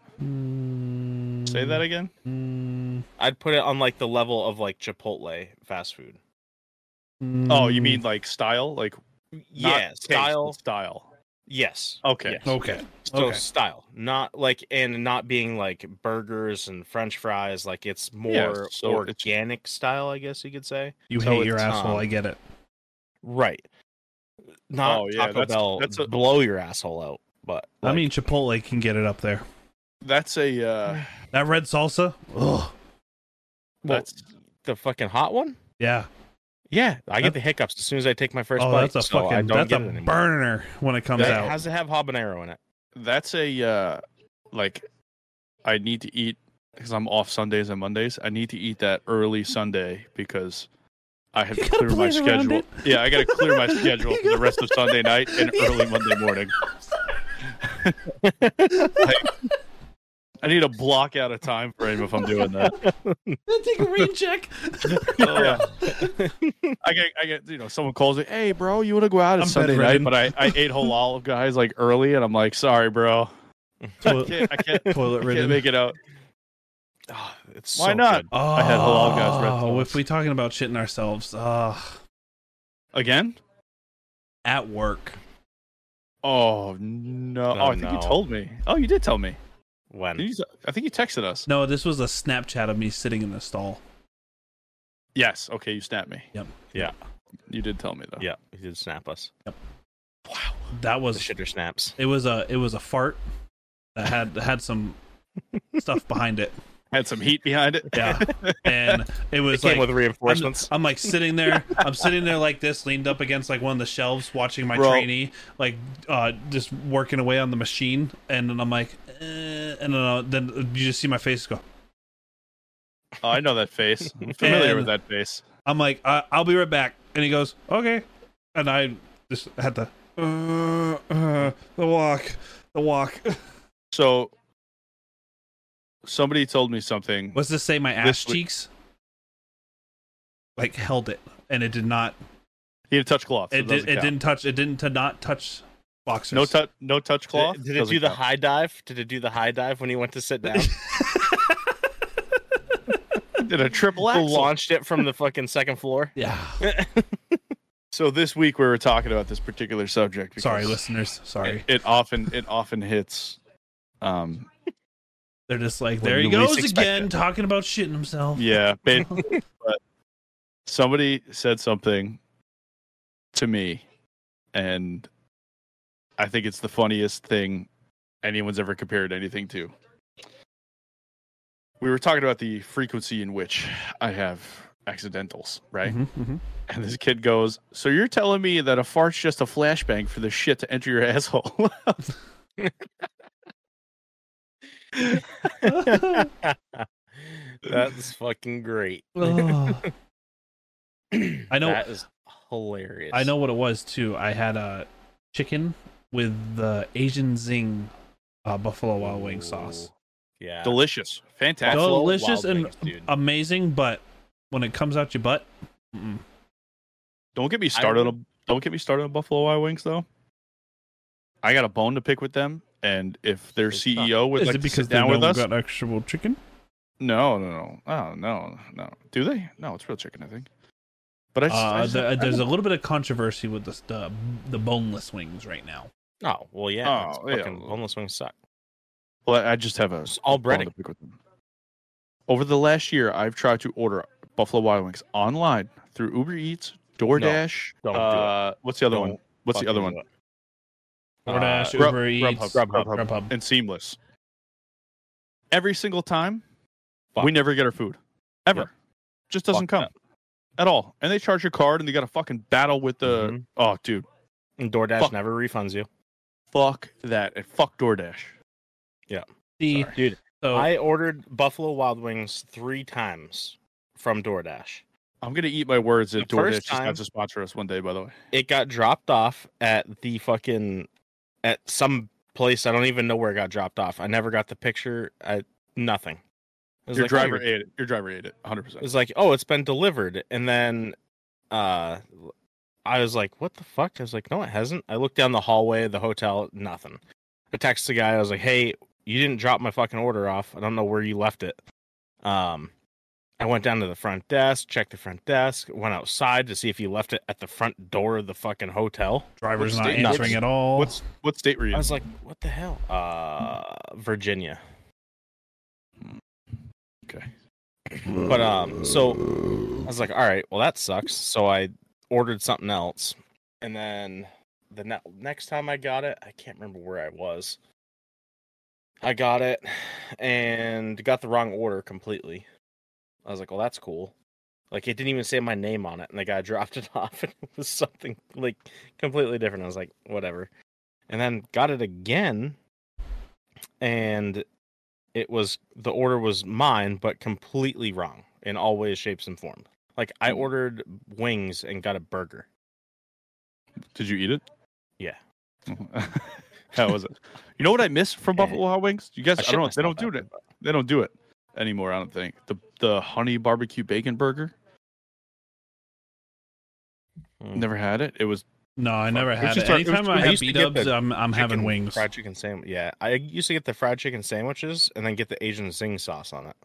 Mm, Say that again? mm, I'd put it on like the level of like Chipotle fast food. Oh, you mm. mean like style? Like not Yeah, taste, but style. Style. Yes. Oh, Okay. Yes. Okay. So Okay. style, not like and not being like burgers and French fries. Like it's more Yeah, so it's- organic style, I guess you could say. You So hate your it's, asshole. I um, get it. Right. Not Oh, yeah, Taco that's- Bell. that's a- blow your asshole out. But I like, mean, Chipotle can get it up there. That's a uh That red salsa. Ugh. well, that's the fucking hot one. Yeah. Yeah, I That- get the hiccups as soon as I take my first oh, bite. that's a so I fucking. don't That's get a it anymore. burner when it comes That out. has to have habanero in it. that's a uh like I need to eat because I'm off Sundays and Mondays. I need to eat that early Sunday because I have You to gotta clear my plan around schedule. it. Yeah, I got to clear my schedule for the rest of Sunday night and early Monday morning. I need to block out a time frame if I'm doing that. Take a rain check. Yeah. I get, I get, you know, someone calls me, hey, bro, you want to go out on I'm Sunday bedridden. night? But I, I ate halal guys like early, and I'm like, sorry, bro, I Toilet, can't, I can't, toilet can't ridden. make it out. Ah, it's Why so not? good. Oh, had halal guys red Oh, if sauce. we talking about shitting ourselves, uh, Again? at work. Oh no! Oh, Oh, I think no. you told me. Oh, you did tell me. Did When you- I think you texted us. No, this was a Snapchat of me sitting in the stall. Yes. Okay, you snapped me. Yep. Yeah. You did tell me though. yeah, he did snap us. That The was shitter snaps. it was a it was a fart that had had some stuff behind it. had some heat behind it. Yeah. And it was It came like with I'm- reinforcements. I'm, like sitting there. I'm sitting there like this, leaned up against like one of the shelves, watching my Bro. trainee like uh, just working away on the machine, and then I'm like, eh, and then, uh, then you just see my face go. Oh, I know that face. I'm familiar And- with that face. I'm like, I- I'll be right back, and he goes, okay, and I just had to uh, uh, the walk, the walk. So somebody told me something. What's this say? My ass This week- cheeks, like held it, and it did not. He had a touch cloth. so it doesn't did, it count. didn't touch. It didn't to not touch boxers. No touch. No touch cloth. Did, did it doesn't do the count. high dive? Did it do the high dive when he went to sit down? Did a triple People axel. launched it from the fucking second floor. Yeah. So this week we were talking about this particular subject. because Sorry, listeners. Sorry. It, it often it often hits. Um. They're just like, When there he you least goes expect again, talking about shitting himself. Yeah. ba- but somebody said something to me, and I think it's the funniest thing anyone's ever compared anything to. We were talking about the frequency in which I have accidentals, right? Mhm, mhm. And this kid goes, So you're telling me that a fart's just a flashbang for the shit to enter your asshole? That's fucking great. Ugh. I know. That is hilarious. I know what it was too. I had a chicken with the Asian zing uh, buffalo wild wing sauce. Ooh. Yeah. Delicious. Fantastic. Buffalo Delicious Wild and um, uh, Wings, dude. Amazing, but when it comes out your butt, mm-mm. Don't get me started on don't get me started on Buffalo Wild Wings though. I got a bone to pick with them, and if their It's not- CEO would is like it to because sit they down don't with us, got actual chicken? no, no, no, oh, no, no, do they? No, it's real chicken, I think. But I, s- I Uh, s- the, I there's a don't- little bit of controversy with the, the the boneless wings right now. Oh well, yeah. it's Oh, yeah. fucking boneless wings suck. well, I just have a It's all a bone to breading. pick with them. Over the last year, I've tried to order Buffalo Wild Wings online through Uber Eats, DoorDash. don't do it. uh, what's the other one? Don't What's the other one? DoorDash, Grub- Uber Eats, Grubhub, Grubhub. Grubhub. and seamless. Every single time, Fuck. we never get our food. Ever. Yep. Just doesn't Fuck come at all. And they charge your card and they got a fucking battle with the. Mm-hmm. Mhm. Oh, dude. And DoorDash Fuck. never refunds you. Fuck that. And fuck DoorDash. The- Sorry. Dude, so- I ordered Buffalo Wild Wings three times from DoorDash. I'm going to eat my words that The DoorDash first just time- has to sponsor us one day, by the way. It got dropped off at the fucking at some place. I don't even know where it got dropped off. I never got the picture. I nothing. It was Your like, oh, driver your- ate it. Your driver ate it. it 100%. was like, oh, it's been delivered. And then uh I was like, what the fuck? I was like, no, it hasn't. I looked down the hallway of the hotel, nothing. I texted the guy, I was like, hey, you didn't drop my fucking order off. I don't know where you left it. Um I went down to the front desk, checked the front desk, went outside to see if you left it at the front door of the fucking hotel. driver's What's not the- answering what's- at all. What's what state were you I in? was like, what the hell? Uh Virginia. Okay. But um so I was like, all right, well that sucks. So I ordered something else, and then the ne- next time I got it, I can't remember where I was. I got it and got the wrong order completely. I was like, well that's cool. Like it didn't even say my name on it, and the guy dropped it off, and it was something like completely different. I was like, whatever. And then got it again, and it was the order was mine, but completely wrong in all ways, shapes, and forms. Like I ordered wings and got a burger. Did you eat it? Yeah. How was it? You know what I miss from Yeah. Buffalo Wild Wings? You guys, I, shit don't. They myself don't do after, it. but They don't do it anymore. I don't think the the honey barbecue bacon burger. Mm. Never had it. It was no, I never It's had it. just like- it was- Anytime I I have used to B get dubs, the I'm, I'm having chicken- wings. Fried chicken sandwich. Yeah, I used to get the fried chicken sandwiches and then get the Asian zing sauce on it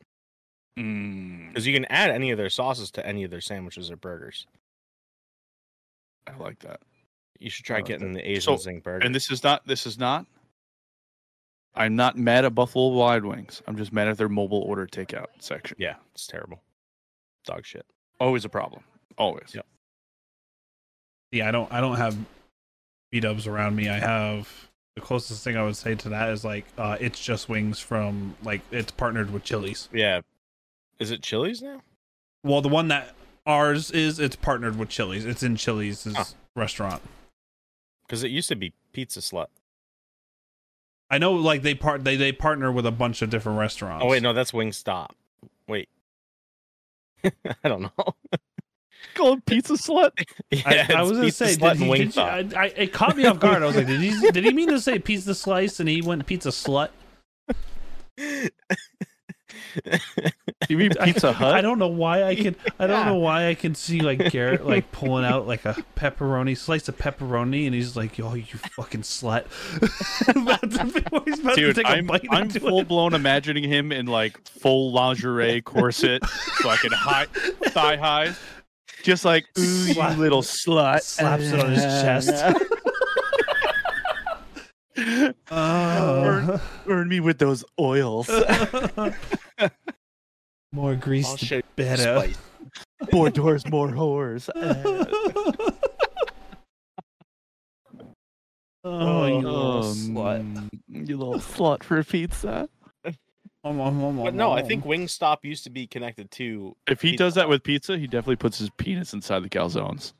mm, because you can add any of their sauces to any of their sandwiches or burgers. I like that. You I should try like that. getting the Asian So- zing burger. And this is not. This is not. I'm not mad at Buffalo Wild Wings. I'm just mad at their mobile order takeout section. yeah, it's terrible. Dog shit. Always a problem. Always. Yep. Yeah, I don't I don't have B dubs around me. I have the closest thing I would say to that is like uh, it's just wings from like it's partnered with Chili's. Yeah. Is it Chili's now? Well, the one that ours is it's partnered with Chili's. It's in Chili's Huh. restaurant. Because it used to be Pizza Slut. I know like they part they they partner with a bunch of different restaurants. Oh wait, no, that's Wingstop. Wait. I don't know. Call it pizza slut. Yeah, I, I it's was gonna Pizza say, Slut did and he, did you, Wingstop. I, I, it caught me off guard. I was like, did he, did he mean to say pizza slice and he went pizza slut? You mean I- Pizza Hut? I don't know why I can. I don't Yeah. know why I can see like Garrett like pulling out like a pepperoni slice of pepperoni, and he's like, "Yo, you fucking slut!" About to- he's about to Dude, take a I'm, bite I'm into full it. blown imagining him in like full lingerie corset, fucking high thigh highs, just like ooh, you Slap- little slut. slaps it on his chest. Uh, Earn me with those oils. more grease, I'll the show you better. spice. more doors, more whores. oh, you little Um, slut! You little slut for pizza. Om, om, om, But om, no, I om. think Wingstop used to be connected to If he Pizza does that Hut. with pizza, he definitely puts his penis inside the calzones.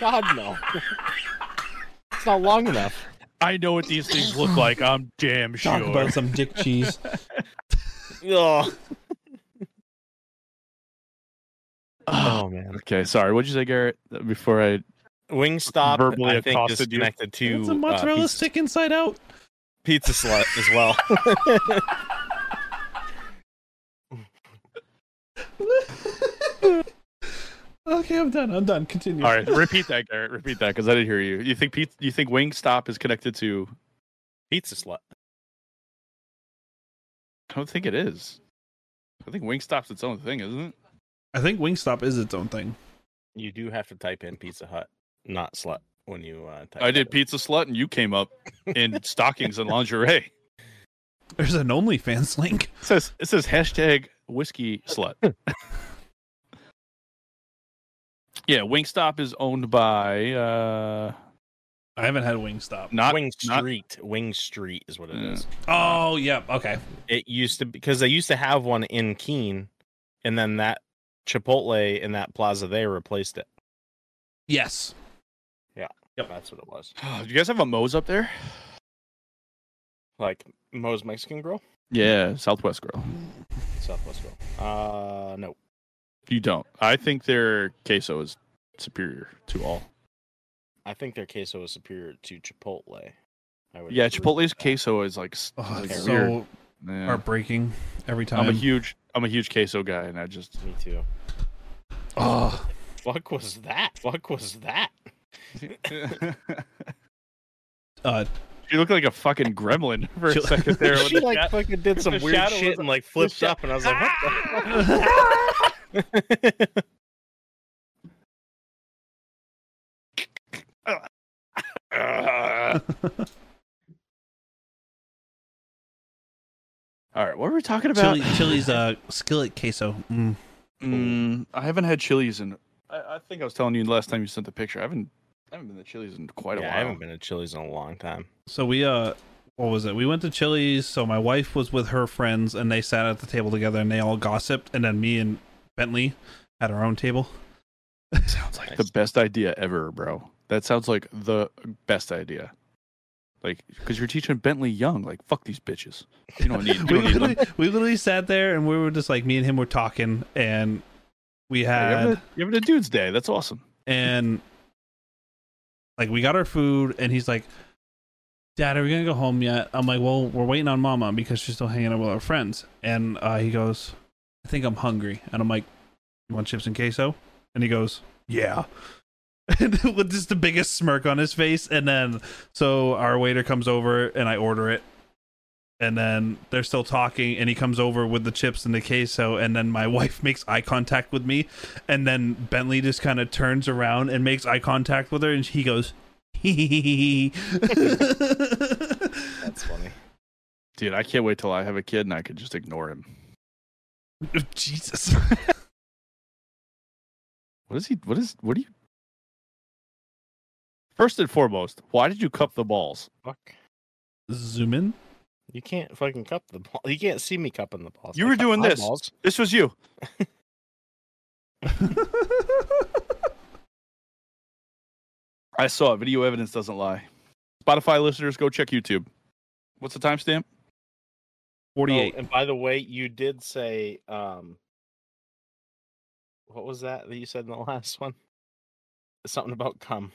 God no. it's not long enough. I know what these things look like. I'm damn sure. talk about some dick cheese. Ugh. Oh man. okay, sorry. What'd you say, Garrett? Before I Wingstop Verbally I think is accosted you. connected to It's a uh, mozzarella pizza, stick inside out. pizza slut as well. okay, I'm done. I'm done. Continue. All right, repeat that, Garrett. Repeat that because I didn't hear you. You think Pete, you think Wingstop is connected to? pizza slut. I don't think it is. I think Wingstop's its own thing, isn't it? I think Wingstop is its own thing. You do have to type in Pizza Hut, not slut when you uh type I that did in. pizza slut, and you came up in stockings and lingerie. There's an OnlyFans link. It says it says hashtag whiskey slut. yeah, Wingstop is owned by uh I haven't had Wingstop. not Wing not- Hmm. Street. Wing Street is what it is. Yeah. Oh, yeah. Okay. It used to because they used to have one in Keene, and then that Chipotle in that plaza there replaced it. Yes. That's what it was. Do you guys have a Moe's up there? Like Moe's Mexican Grill, Yeah, Southwest Grill. Southwest Grill. Uh, no. You don't. I think their queso is superior to all. I think their queso is superior to Chipotle. I would Yeah, agree Chipotle's with that. queso is like, s- Oh, like it's weird. so Yeah. heartbreaking every I'm time. a huge I'm a huge queso guy, and I just Me too. oh, Fuck was that? Fuck was that? uh, you look like a fucking gremlin for a Chill- second there. with she the like chat. fucking did some the weird shadow was- shit and like flipped sha- up, and I was like, what the Ugh. All right, what were we talking about? chili, chili's uh, skillet queso. Mm. Mm, I haven't had chilies in. I, I think I was telling you last time you sent the picture. I haven't. I haven't been to Chili's in quite a yeah, while. I haven't been to Chili's in a long time. So we uh what was it? We went to Chili's, so my wife was with her friends and they sat at the table together and they all gossiped and then me and Bentley had our own table. Sounds like the Nice. best idea ever, bro. That sounds like the best idea. Like, because you're teaching Bentley young, like, fuck these bitches. You don't need, you We don't need literally, them. we literally sat there and we were just like me and him were talking and we Hey, had You're having a- you're having a dude's day. That's awesome. and like we got our food and he's like dad are we gonna go home yet i'm like well we're waiting on mama because she's still hanging out with our friends and uh, he goes i think i'm hungry and i'm like you want chips and queso and he goes yeah and with just the biggest smirk on his face and then so our waiter comes over and i order it and then they're still talking and he comes over with the chips and the queso and then my wife makes eye contact with me and then Bentley just kind of turns around and makes eye contact with her, and he goes, That's funny. Dude, I can't wait till I have a kid and I could just ignore him. Jesus. What is he? What is? What do you? First and foremost, why did you cup the balls? Fuck. Zoom in. You can't fucking cup the ball. You can't see me cupping the balls. You I were cup doing my this. balls. This was you. I saw it. Video evidence doesn't lie. Spotify listeners, go check YouTube. What's the timestamp? Oh, 48. and by the way, you did say um what was that that you said in the last one? Something about cum.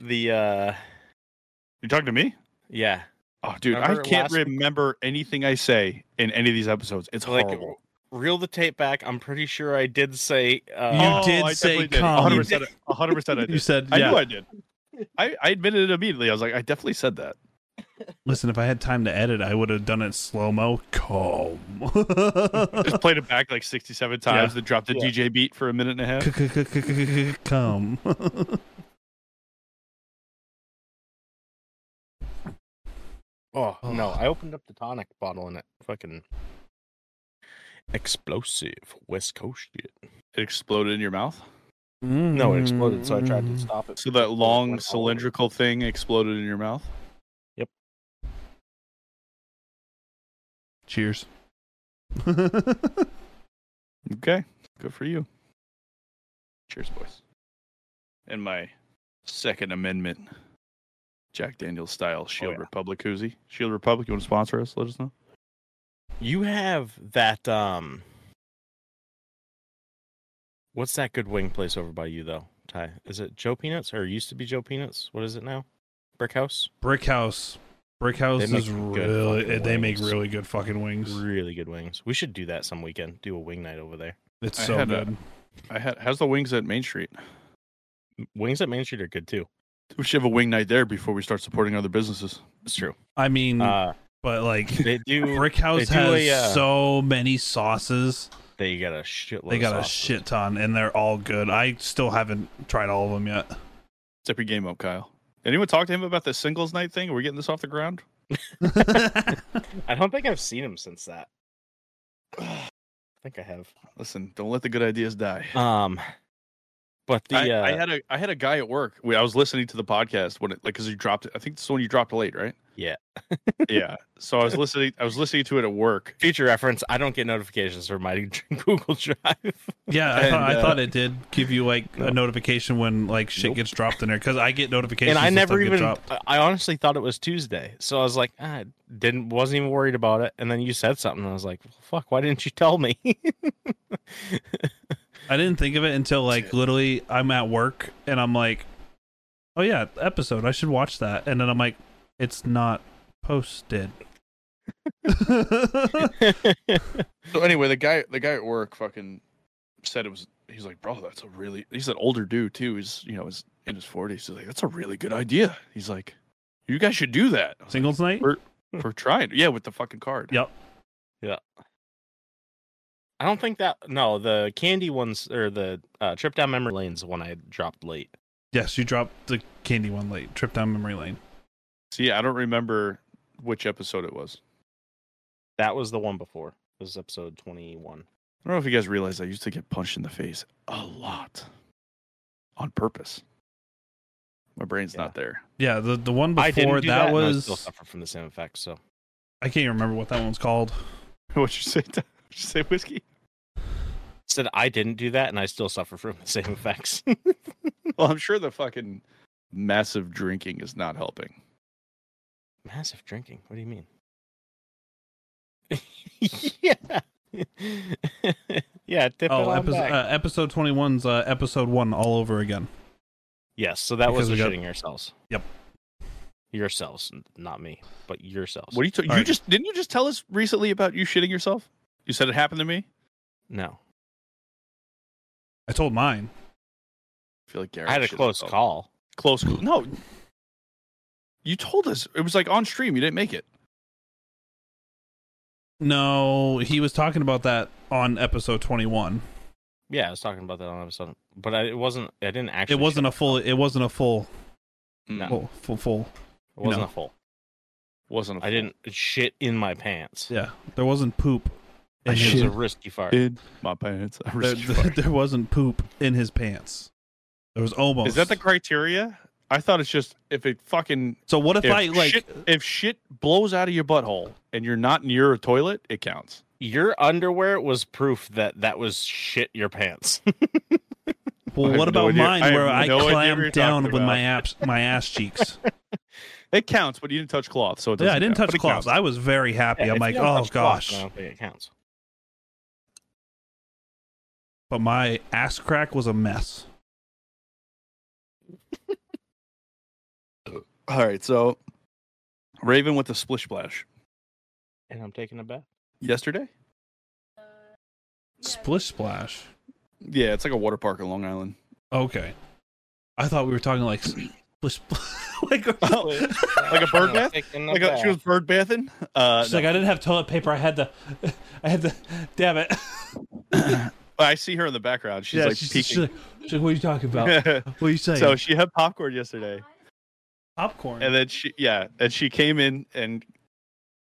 The uh You talking to me? yeah. Oh, dude, Remember I can't last week? remember anything I say in any of these episodes. It's Like, horrible. Reel the tape back. I'm pretty sure I did say You uh, did Oh, I say definitely cum. did. Oh, you 100%, 100% I did. said, I yeah. knew I did. I, I admitted it immediately. I was like, I definitely said that. Listen, if I had time to edit, I would have done it slow mo. Calm. Just played it back like 67 times, then dropped a Yeah. DJ beat for a minute and a half. Come. Oh no, I opened up the tonic bottle and it fucking explosive West Coast shit. It exploded in your mouth. Mm, No, it exploded, so I tried to stop it. Mm. So but it that long went all over. cylindrical thing exploded in your mouth. Cheers. Okay. Good for you. Cheers, boys. And my Second Amendment Jack Daniels style Shield yeah. Republic koozie. Shield Republic, you want to sponsor us? Let us know. You have that um What's that good wing place over by you though, Ty? Is it Joe Peanuts or it used to be Joe Peanuts? What is it now? Brick House? Brick House. Brick House They make is good really. fucking They make wings. really good fucking wings. Really good wings. We should do that some weekend. Do a wing night over there. It's I so had a- good. I had how's the wings at Main Street? M- Wings at Main Street are good too. We should have a wing night there before we start supporting other businesses. It's true. I mean, Uh but like they do Brick House do has a, uh, so many sauces. they got a shitload They of got a sauces. shit ton, and they're all good. I still haven't tried all of them yet. Step your game up, Kyle. Anyone talk to him about the singles night thing? Are we getting this off the ground? I don't think I've seen them since that. I think I have. Listen, don't let the good ideas die. Um but the I, uh, I had a I had a guy at work. We, I was listening to the podcast when it like because you dropped. it. I think it's the one you dropped late, right? Yeah. yeah. So I was listening. I was listening to it at work. Future reference, I don't get notifications for my Google Drive. Yeah, I, And, thought, I uh, thought it did give you like a No. notification when like shit Nope. gets dropped in there because I get notifications and I when never stuff gets even dropped. I- I honestly thought it was Tuesday. So I was like, ah, didn't wasn't even worried about it. And then you said something and I was like, well, fuck, why didn't you tell me? I didn't think of it until like Shit. literally I'm at work and I'm like, oh yeah, episode I should watch that, and then I'm like, it's not posted. So anyway, the guy the guy at work fucking said it was. He's like, bro, that's a really. He's an older dude too. He's you know he's in his forties. He's like, that's a really good idea. He's like, you guys should do that. I was Singles night. We're- like, We're trying. Yeah, with the fucking card. Yep. I don't think that no, the candy ones or the uh, trip down memory lanes one I dropped late. Yes, you dropped the candy one late. Trip down memory lane. See, I don't remember which episode it was. That was the one before. It was episode twenty one. I don't know if you guys realize I used to get punched in the face a lot on purpose. My brain's Yeah. not there. Yeah, the the one I didn't before do that, that, and I was still suffer from the same effect. So I can't even remember what that one's called. What'd you say? Did you say whiskey? said I didn't do that and I still suffer from the same effects. Well, I'm sure the fucking massive drinking is not helping. Massive drinking. What do you mean? yeah. yeah, tip Oh, it on episode back. uh, episode 21's uh, episode one all over again. yes, so that was because we got- shitting yourselves. Yep. Yourselves, n- not me, but yourselves. What are you? ta- you Alright. just didn't you just tell us recently about you shitting yourself? You said it happened to me. No, I told mine. I feel like Garrett. I had a shit close himself. call. Close. call. No. You told us it was like on stream. You didn't make it. No, he was talking about that on episode 21. Yeah, I was talking about that on episode, but I, it wasn't. I didn't actually. It wasn't a full. It wasn't a full. Mm. No. Full. Full. full. It wasn't no. a full. Wasn't. I I didn't shit in my pants. Yeah, there wasn't poop. It In was his, shit a risky fart. In my pants. I there, risked there wasn't poop in his pants. There was almost. Is that the criteria? I thought it's just if it fucking So what if, if I like? shit, if shit blows out of your butthole and you're not near a toilet, it counts. Your underwear was proof that that was shit your pants. Well, I have what no about idea- mine I have where I no idea what clamp you're down talking with my abs, my ass cheeks? It counts, but you didn't touch cloth, so it doesn't yeah, I didn't count, touch but it cloths. counts. I was very happy. Yeah, if I'm like, you don't oh touch cloth, gosh. I don't think it counts. But my ass crack was a mess. All right, so Raven with the splish splash And I'm taking a bath. yesterday. Splish splash. Yeah, it's like a water park in Long Island. Okay. I thought we were talking like splish, splash. like, Oh, Like a bird bath? like uh, she was bird bathing. Uh, She's no. like, I didn't have toilet paper. I had to. I had to. Damn it. I see her in the background. She's like she's, she's peeking. like, she's like, what are you talking about? What are you saying? so she had popcorn yesterday, popcorn. and then she yeah, and she came in and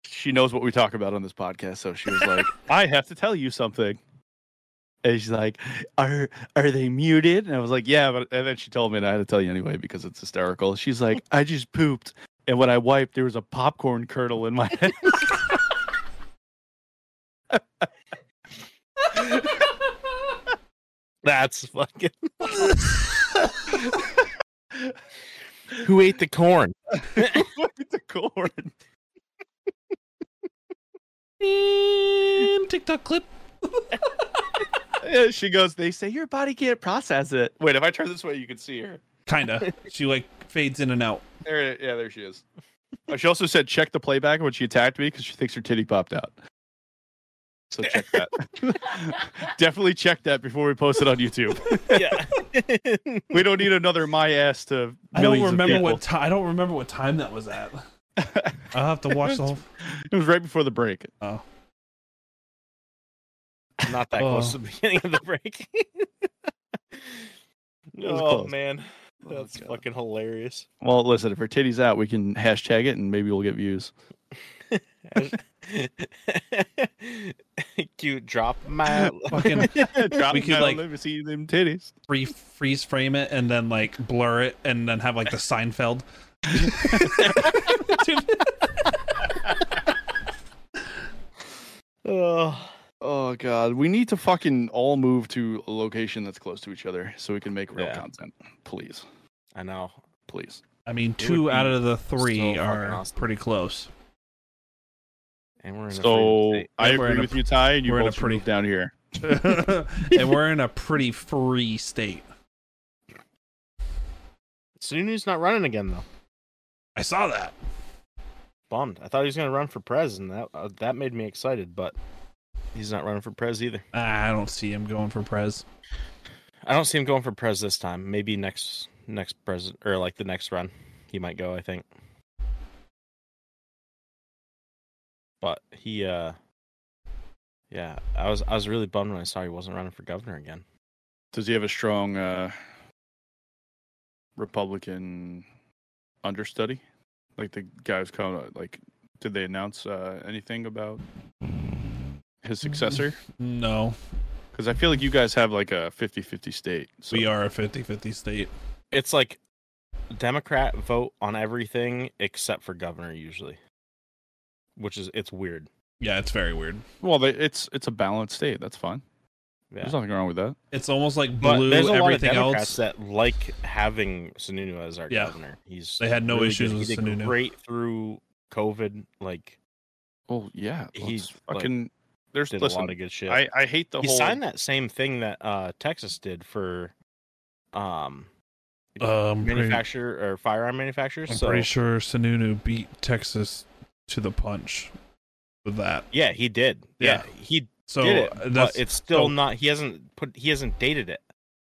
she knows what we talk about on this podcast. So she was like, "I have to tell you something." And she's like, "Are are they muted?" And I was like, "Yeah," but and then she told me, and I had to tell you anyway because it's hysterical. She's like, "I just pooped." And when I wiped, there was a popcorn kernel in my head. That's fucking. Who ate the corn? the corn. Damn, TikTok clip. Yeah, she goes, they say your body can't process it. Wait, if I turn this way, you can see her. Kinda. She like fades in and out. There, yeah, there she is. Oh, she also said, check the playback when she attacked me because she thinks her titty popped out. So check that. Definitely check that before we post it on YouTube. Yeah. We don't need another my ass to. I don't millions of remember people. what time. I don't remember what time that was at. I'll have to watch the whole. It was right before the break. Not that close to the beginning of the break. was oh close. man, Oh, that's God. fucking hilarious. Well, listen, if her titty's out, we can hashtag it and maybe we'll get views. Cute drop my Fucking Drop We could, down, like- let me see them titties. free freeze frame it and then like blur it and then have like the Seinfeld. Oh, Oh god, we need to fucking all move to a location that's close to each other so we can make real Yeah. content. Please, I know. please. I mean, It two would out be of the so three fucking are awesome. pretty close. And we're in a freedom So state. I Yeah, we're in agree a- with you, Ty, and you we're in a both should pretty- move down here. and we're in a pretty free state. Sunu's not running again though. I saw that. Bummed. I thought he was gonna run for prez, and that uh, that made me excited. But he's not running for prez either. Ah, I don't see him going for Prez. I don't see him going for prez this time. Maybe next next president or like the next run, he might go. I think. But he, uh yeah, I was I was really bummed when I saw he wasn't running for governor again. Does he have a strong uh Republican understudy? Like the guy who's coming out, like did they announce uh anything about his Mm-hmm. successor? No, Because I feel like you guys have like a 50-50 state. So we are a 50-50 state. It's like Democrat vote on everything except for governor usually, which is it's weird. Yeah, it's very weird. well they, it's it's a balanced state, that's fine. Yeah. There's nothing wrong with that. It's almost like But blue. there's a lot of Everything else. Democrats that like having Sununu as our Yeah. governor. He's They had no really issues good. with he did Sununu. Great through COVID, like Well yeah. let's He's, like, fucking there's did a listen, lot of good shit. I, I hate the he whole signed that same thing that uh, Texas did for um Um, pretty, manufacturer or firearm manufacturers. I'm so pretty sure Sununu beat Texas to the punch with that. yeah, he did. Yeah. Yeah, he So uh, did it. that's but it's still so- not. He hasn't put. He hasn't dated it.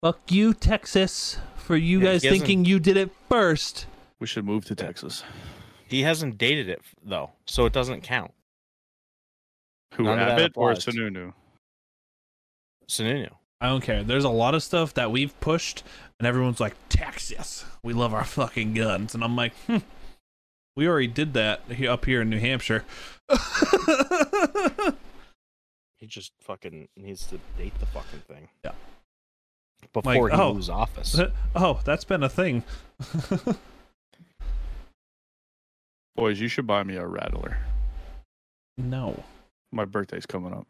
Fuck you, Texas, for you Yeah, he guys hasn't- thinking you did it first. we should move to Texas. He hasn't dated it though, so it doesn't count. Who None of that Abbott or applies. Sununu? Sununu. I don't care. There's a lot of stuff that we've pushed, and everyone's like, Texas, we love our fucking guns. And I'm like, hmm, we already did that he- up here in New Hampshire. He just fucking needs to date the fucking thing. before he oh. lose office. Oh, that's been a thing. Boys, you should buy me a rattler. no, My birthday's coming up.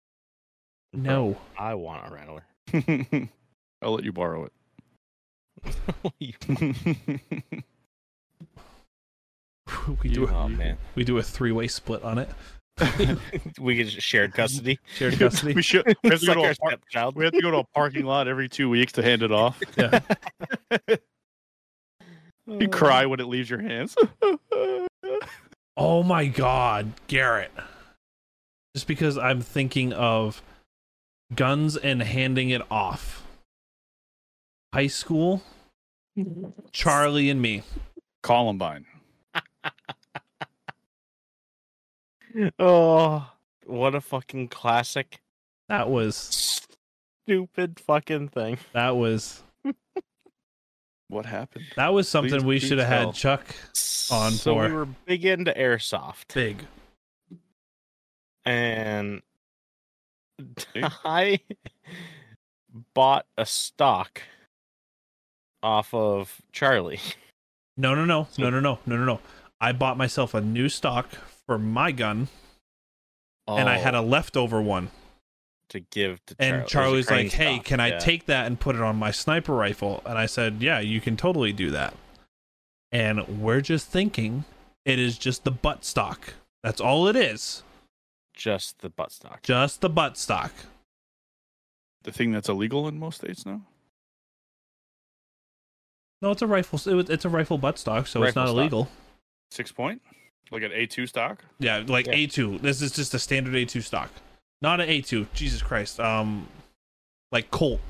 no. I want a rattler. I'll let you borrow You- it. we you- do oh man, we do a three way split on it. we get shared custody. Shared custody. we should. We have, It's to like go to our a par- stepchild. we have to go to a parking lot every two weeks to hand it off. Yeah. Oh. You cry when it leaves your hands. Oh my god, Garrett. Just because I'm thinking of guns and handing it off. High school, Charlie and me. Columbine. Oh, what a fucking classic, That was stupid fucking thing. that was What happened? that was something Please we do should have tell. had Chuck On so for. we were big into airsoft, big. and Dude. I bought a stock off of Charlie. No, no, no, no, no, no, no, no, no. I bought myself a new stock for my gun, and I had a Oh, leftover one. to give to And Charlie. It was Charlie's a like, crane "Hey, stock, can I yeah. take that and put it on my sniper rifle?" And I said, "Yeah, you can totally do that." And we're just thinking it is just the butt stock. That's all it is. just the butt stock?" Just the butt stock. The thing that's illegal in most states now. No, it's a rifle. it was- It's a rifle butt stock, so it's Rifle not stock. illegal. Six point. Like an A two stock. Yeah, like Yeah. A2. This is just a standard A2 stock. Not an A2. Jesus Christ. Um like Colt.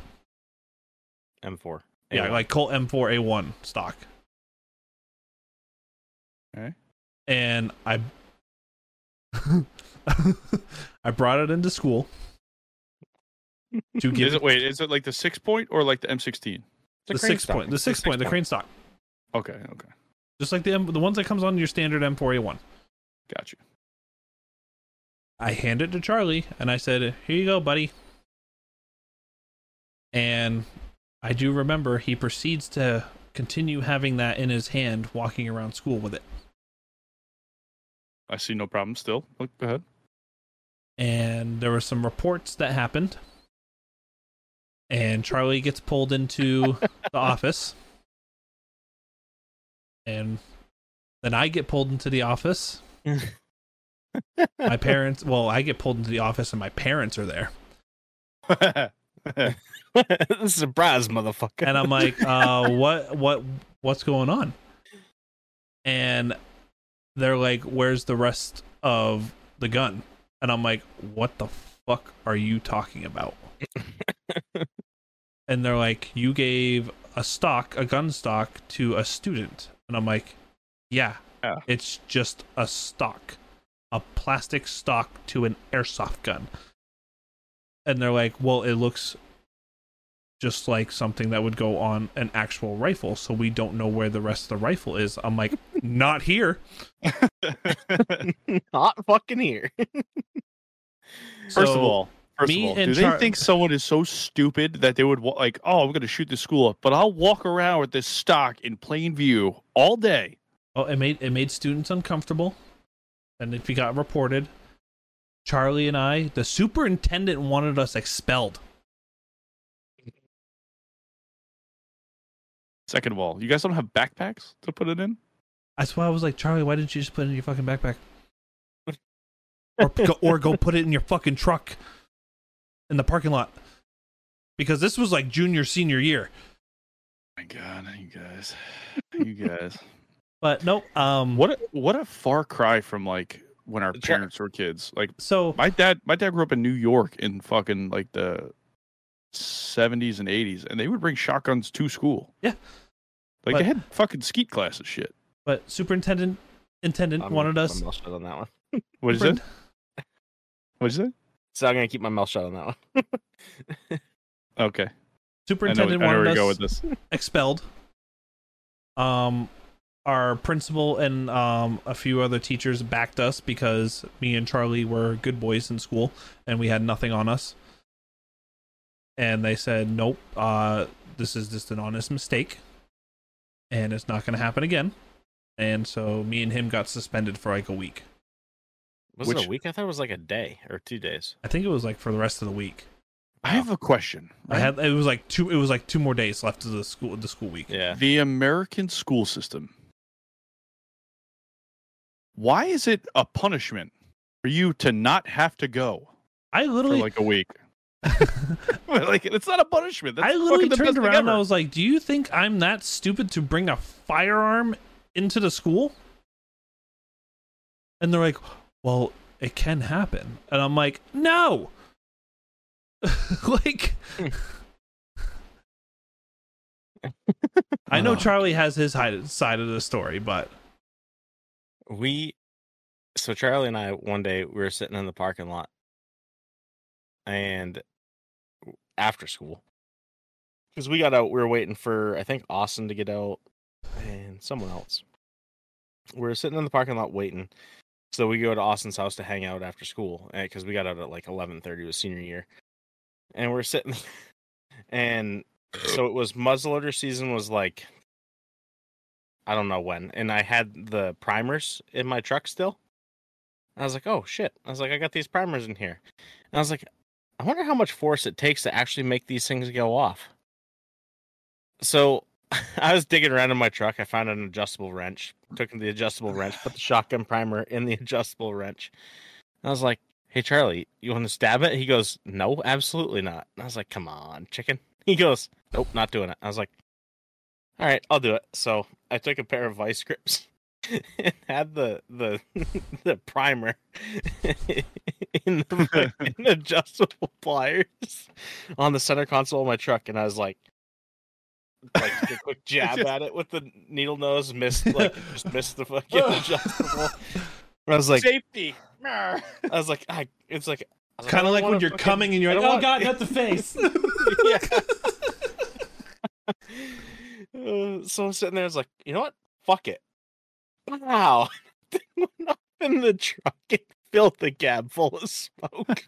M4. Yeah, A1. like Colt M4 A1 stock. Okay. And I I brought it into school to Is give it wait? Is it like the six point or like the M sixteen? the six point, the six point, the crane stock, Okay, okay, just like the M, the ones that comes on your standard M4A1. got you. I hand it to Charlie and I said, "Here you go, buddy." And I do remember he proceeds to continue having that in his hand, walking around school with it. I see no problem. Still, look go ahead. And there were some reports that happened. And Charlie gets pulled into the office. And then I get pulled into the office. My parents, well, I get pulled into the office and my parents are there. Surprise, motherfucker! and I'm like, uh, what, what, what's going on? And they're like, where's the rest of the gun? And I'm like, what the fuck are you talking about? and they're like, you gave a stock, a gun stock, to a student. And I'm like, yeah, Yeah. it's just a stock, a plastic stock to an airsoft gun. And they're like, well, it looks just like something that would go on an actual rifle. So we don't know where the rest of the rifle is. I'm like, not here. not fucking here. First So, of all, first me of all, and do Char- they think someone is so stupid that they would wa- like, oh, I'm gonna shoot the school up, but I'll walk around with this stock in plain view all day? Oh, it made it made students uncomfortable, and if you got reported, Charlie and I, the superintendent wanted us expelled. Second of all, you guys don't have backpacks to put it in. That's why I was like, Charlie, why didn't you just put it in your fucking backpack, or go, or go put it in your fucking truck in the parking lot? Because this was like junior senior year. My God, you guys, you guys. But nope. Um. What a, what a far cry from like when our Jack- parents were kids. Like So my dad, my dad grew up in New York in fucking like the seventies and eighties, and they would bring shotguns to school. Yeah. like But- they had fucking skeet classes. Shit. but superintendent intendant I'm wanted gonna keep us My mouth shut on that one. What is it? What is it? So I'm gonna keep my mouth shut on that one. Okay, I know, I know superintendent where wanted you us go with this. expelled. Um, our principal and um, a few other teachers backed us because me and Charlie were good boys in school and we had nothing on us. and they said, "Nope, uh, this is just an honest mistake, and it's not going to happen again." And so me and him got suspended for like a week. Was it Which- a week? I thought it was like a day or two days. I think it was like for the rest of the week. I have a question. I had it was like two. It was like two more days left of the school the school week. Yeah. the American school system. Why is it a punishment for you to not have to go I for literally, like a week? like it's not a punishment. That's I literally fucking the best turned thing around and ever. I was like, "Do you think I'm that stupid to bring a firearm into the school?" And they're like, "Well, it can happen," and I'm like, "No." like, I know Oh. Charlie has his hi- side of the story, but we so charlie and i one day we were sitting in the parking lot and after school because we got out we were waiting for i think austin to get out and someone else we were sitting in the parking lot waiting so we go to austin's house to hang out after school because we got out at like 11.30 was senior year and we're sitting and so it was muzzleloader season was like I don't know when, and I had the primers in my truck still. And I was like, oh shit. I was like, I got these primers in here. And I was like, I wonder how much force it takes to actually make these things go off. So I was digging around in my truck. I found an adjustable wrench, took the adjustable wrench, put the shotgun primer in the adjustable wrench. And I was like, hey, Charlie, you want to stab it? He goes, no, absolutely not. And I was like, come on, chicken. He goes, nope, not doing it. I was like, all right, I'll do it. So I took a pair of vice grips and had the the the primer in the fucking adjustable pliers on the center console of my truck, and I was like, like took a quick jab Just- at it with the needle nose, missed like just missed the fucking adjustable. I was like, safety. I was like, I, it's like, I was I kind of don't like when wanna you're fucking- coming and you're I like, don't "Oh wanna- God, not the face." yeah. Uh, so I'm sitting there, I was like, you know what? Fuck it. Wow. Thing went up in the truck and filled the cab full of smoke.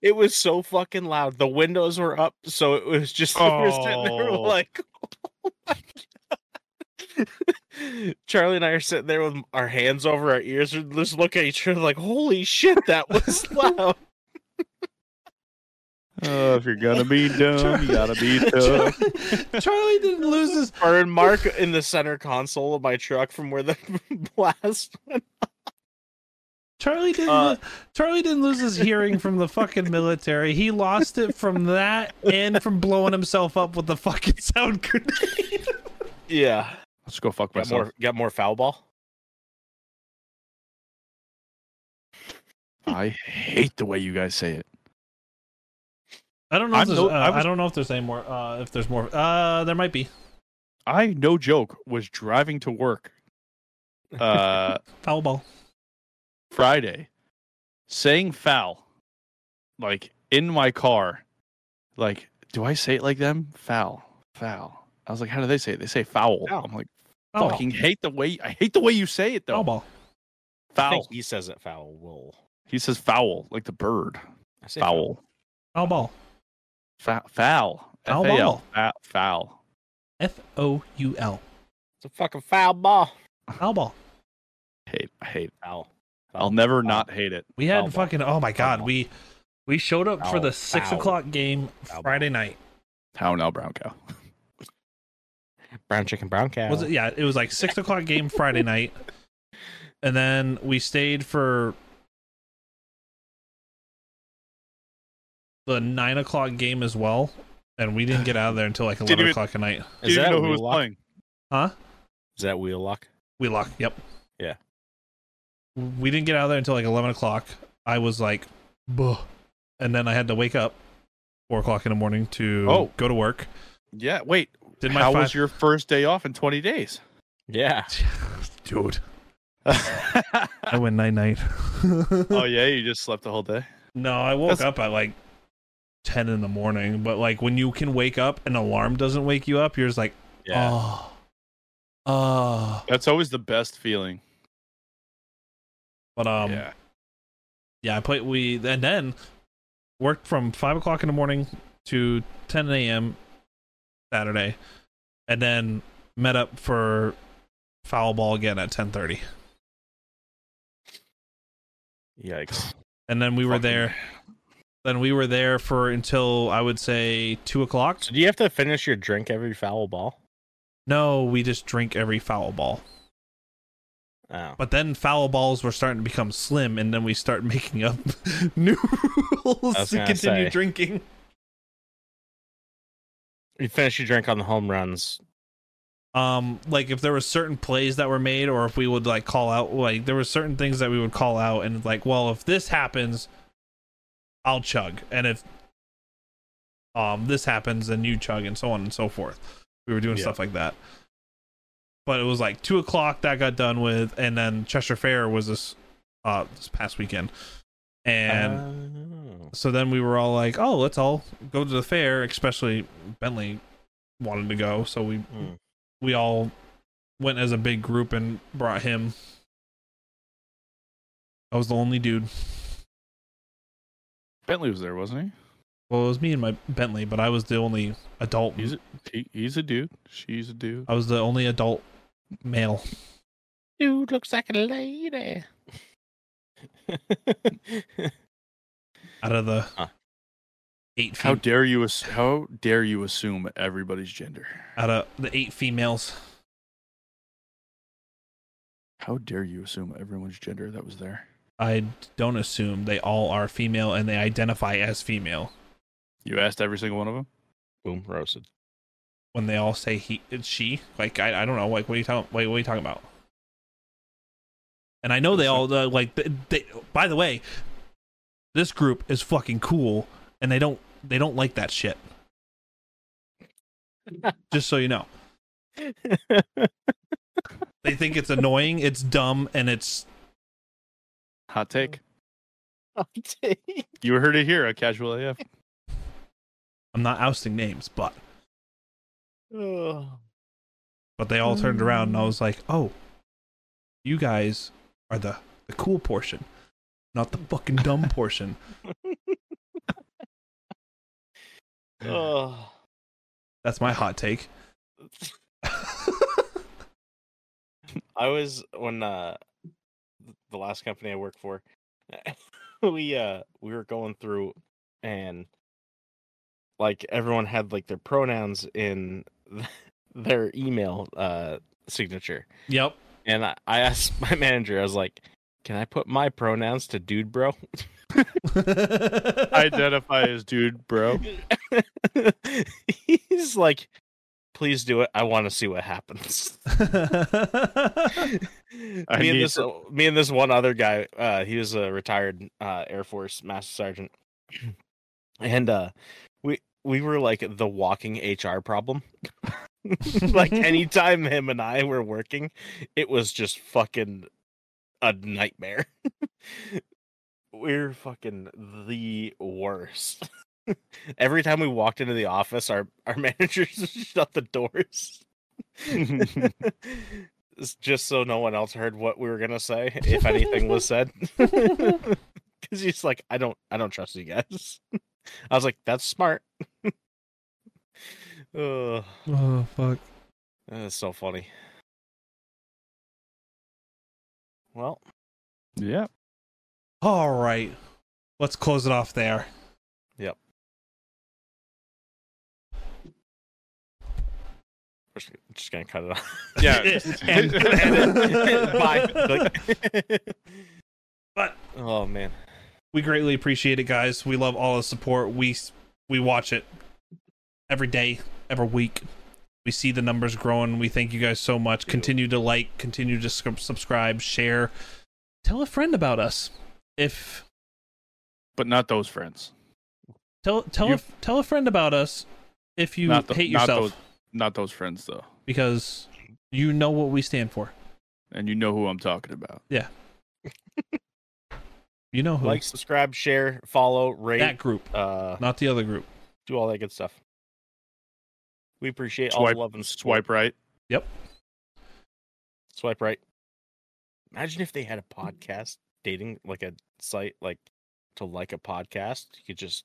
it was so fucking loud. The windows were up, so it was just we were sitting there Oh. like, oh my God. Charlie and I are sitting there with our hands over our ears and just look at each other like, holy shit, that was loud. Oh, if you're gonna be dumb, you gotta be Charlie, tough. Charlie didn't lose his burn mark in the center console of my truck from where the blast went. Charlie didn't. Uh, lose, Charlie didn't lose his hearing from the fucking military. He lost it from that and from blowing himself up with the fucking sound grenade. Yeah. Let's go fuck Got myself. more got more foul ball. I hate the way you guys say it. I don't know. If I'm there's, no- uh, I I, was- don't know if there's any more. Uh, if there's more, uh, there might be I no joke was driving to work uh foul ball. Friday saying foul like in my car. Like, do I say it like them? Foul. Foul. I was like, how do they say it? They say foul. Foul. I'm like, Foul fucking hate the way I hate the way you say it ball. Foul though. ball. I think Foul. he says it foul will. He says foul, like the bird. I say Foul. Foul ball. Fa- foul. Foul F-A-L. Fa- Foul. F O U L. It's a fucking foul ball. Foul ball. Hate. I hate. Foul. I'll Foul. never Foul. not hate it. We Foul had ball. fucking. Oh my god. ball. We we showed up for Foul, the six foul, o'clock game foul ball. Friday night. How now, brown cow? Brown chicken, brown cow. Was it? Yeah, it was like six o'clock game Friday night, and then we stayed for the nine o'clock game as well, and we didn't get out of there until like eleven even- o'clock at night. Is that know wheel who was lock? playing? Huh? Is that wheel lock? We locked. Yep. Yeah. We didn't get out of there until like eleven o'clock. I was like, Buh. and then I had to wake up four o'clock in the morning to Oh. go to work. Yeah. Wait. Did my How five- was your first day off in 20 days? Yeah. dude? oh I went night night. yeah, you just slept the whole day. No, I woke That's- up at like ten in the morning, but like when you can wake up and alarm doesn't wake you up, you're just like, Yeah. oh, oh. That's always the best feeling. But um, yeah. yeah. I played we and then worked from five o'clock in the morning to 10 a.m. Saturday, and then met up for foul ball again at 10:30. Yikes. And then we were Fucking- there. Then we were there for until I would say two o'clock. So do you have to finish your drink every foul ball? No, we just drink every foul ball. Oh. But then foul balls were starting to become slim, and then we start making up new rules was to gonna continue say. drinking. You finish your drink on the home runs. um like if there were certain plays that were made or if we would like call out like there were certain things that we would call out and like well if this happens i'll chug and if um this happens then you chug and so on and so forth we were doing Yeah. stuff like that but it was like two o'clock that got done with and then cheshire fair was this uh this past weekend and Oh. so then we were all like, "Oh, let's all go to the fair." Especially Bentley wanted to go, so we Hmm. we all went as a big group and brought him. I was the only dude. Bentley was there, wasn't Well, it was me and my Bentley, but I was the only adult. He's a, he? He's a dude. She's a dude. I was the only adult male. Dude looks like a lady. out of the Huh. eight How fe- dare you? ass- How dare you assume everybody's gender? out of the eight females. How dare you assume everyone's gender that was there? I don't assume they all are female and they identify as female You asked every single one of them. Boom, roasted. when they all say he it's she. Like I, I don't know. Like what are you talking? Wait, what are you talking about? And I know they all uh, like they, they. By the way, this group is fucking cool, and they don't they don't like that shit. Just so you know, they think it's annoying, it's dumb, and it's Hot take. Oh, You heard it here. A casual AF. I'm not ousting names, but oh. but they all turned around, and I was like, oh, you guys are the the cool portion, not the fucking dumb portion. Oh. That's my hot take. I was when uh th- the last company I worked for, we uh we were going through and like everyone had like their pronouns in their email uh signature. yep. And I, I asked my manager, I was like, Can I put my pronouns to dude bro? I Identify as dude, bro. He's like, please do it. I want to see what happens. me, and need this, uh, me and this one other guy, uh, he was a retired uh, Air Force Master Sergeant, and uh, we we were like the walking HR problem. like anytime him and I were working, it was just fucking a nightmare. we're fucking the worst. Every time we walked into the office, our our managers shut the doors. It's just so no one else heard what we were gonna say, if anything was said. Because he's like, I don't, I don't trust you guys. I was like, that's smart. Ugh, oh fuck. that's so funny. Well, yeah. All right. Let's close it off there. we're just- just gonna cut it off. Yeah. And- and- Bye. Like- But- oh man, We greatly appreciate it, guys. We love all the support. We s- we watch it every day, every week. We see the numbers growing. We thank you guys so much. Continue to like, continue to sub- subscribe, share, tell a friend about us. If But not those friends. tell tell You- a, tell a friend about us if you Not the- hate not yourself those- Not those friends though. because you know what we stand for. And you know who I'm talking about. You know who like, subscribe, share, follow, Uh-huh. that rate, group, uh, not the other group. do all that good stuff. We appreciate all Swipe, the love and support. swipe right. swipe Mm. right. Imagine if they had a podcast dating like a site like to like a podcast, you could just,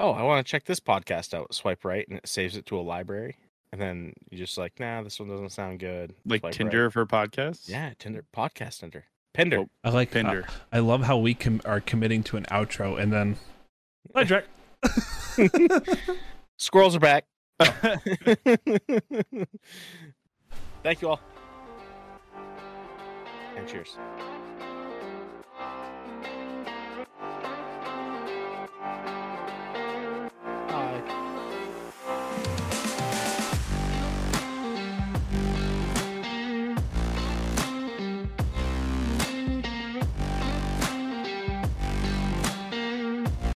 oh, I want to check this podcast out. Swipe right, and it saves it to a library. And then you just like, nah, this one doesn't sound good. Like Swipe right. Tinder for podcasts. Yeah, Uh, Tinder podcast Tinder. Pender. Oh. I like Tinder. I love how we com- are committing to an outro and then. Hi, Jack. Squirrels are back. Thank you all. And cheers.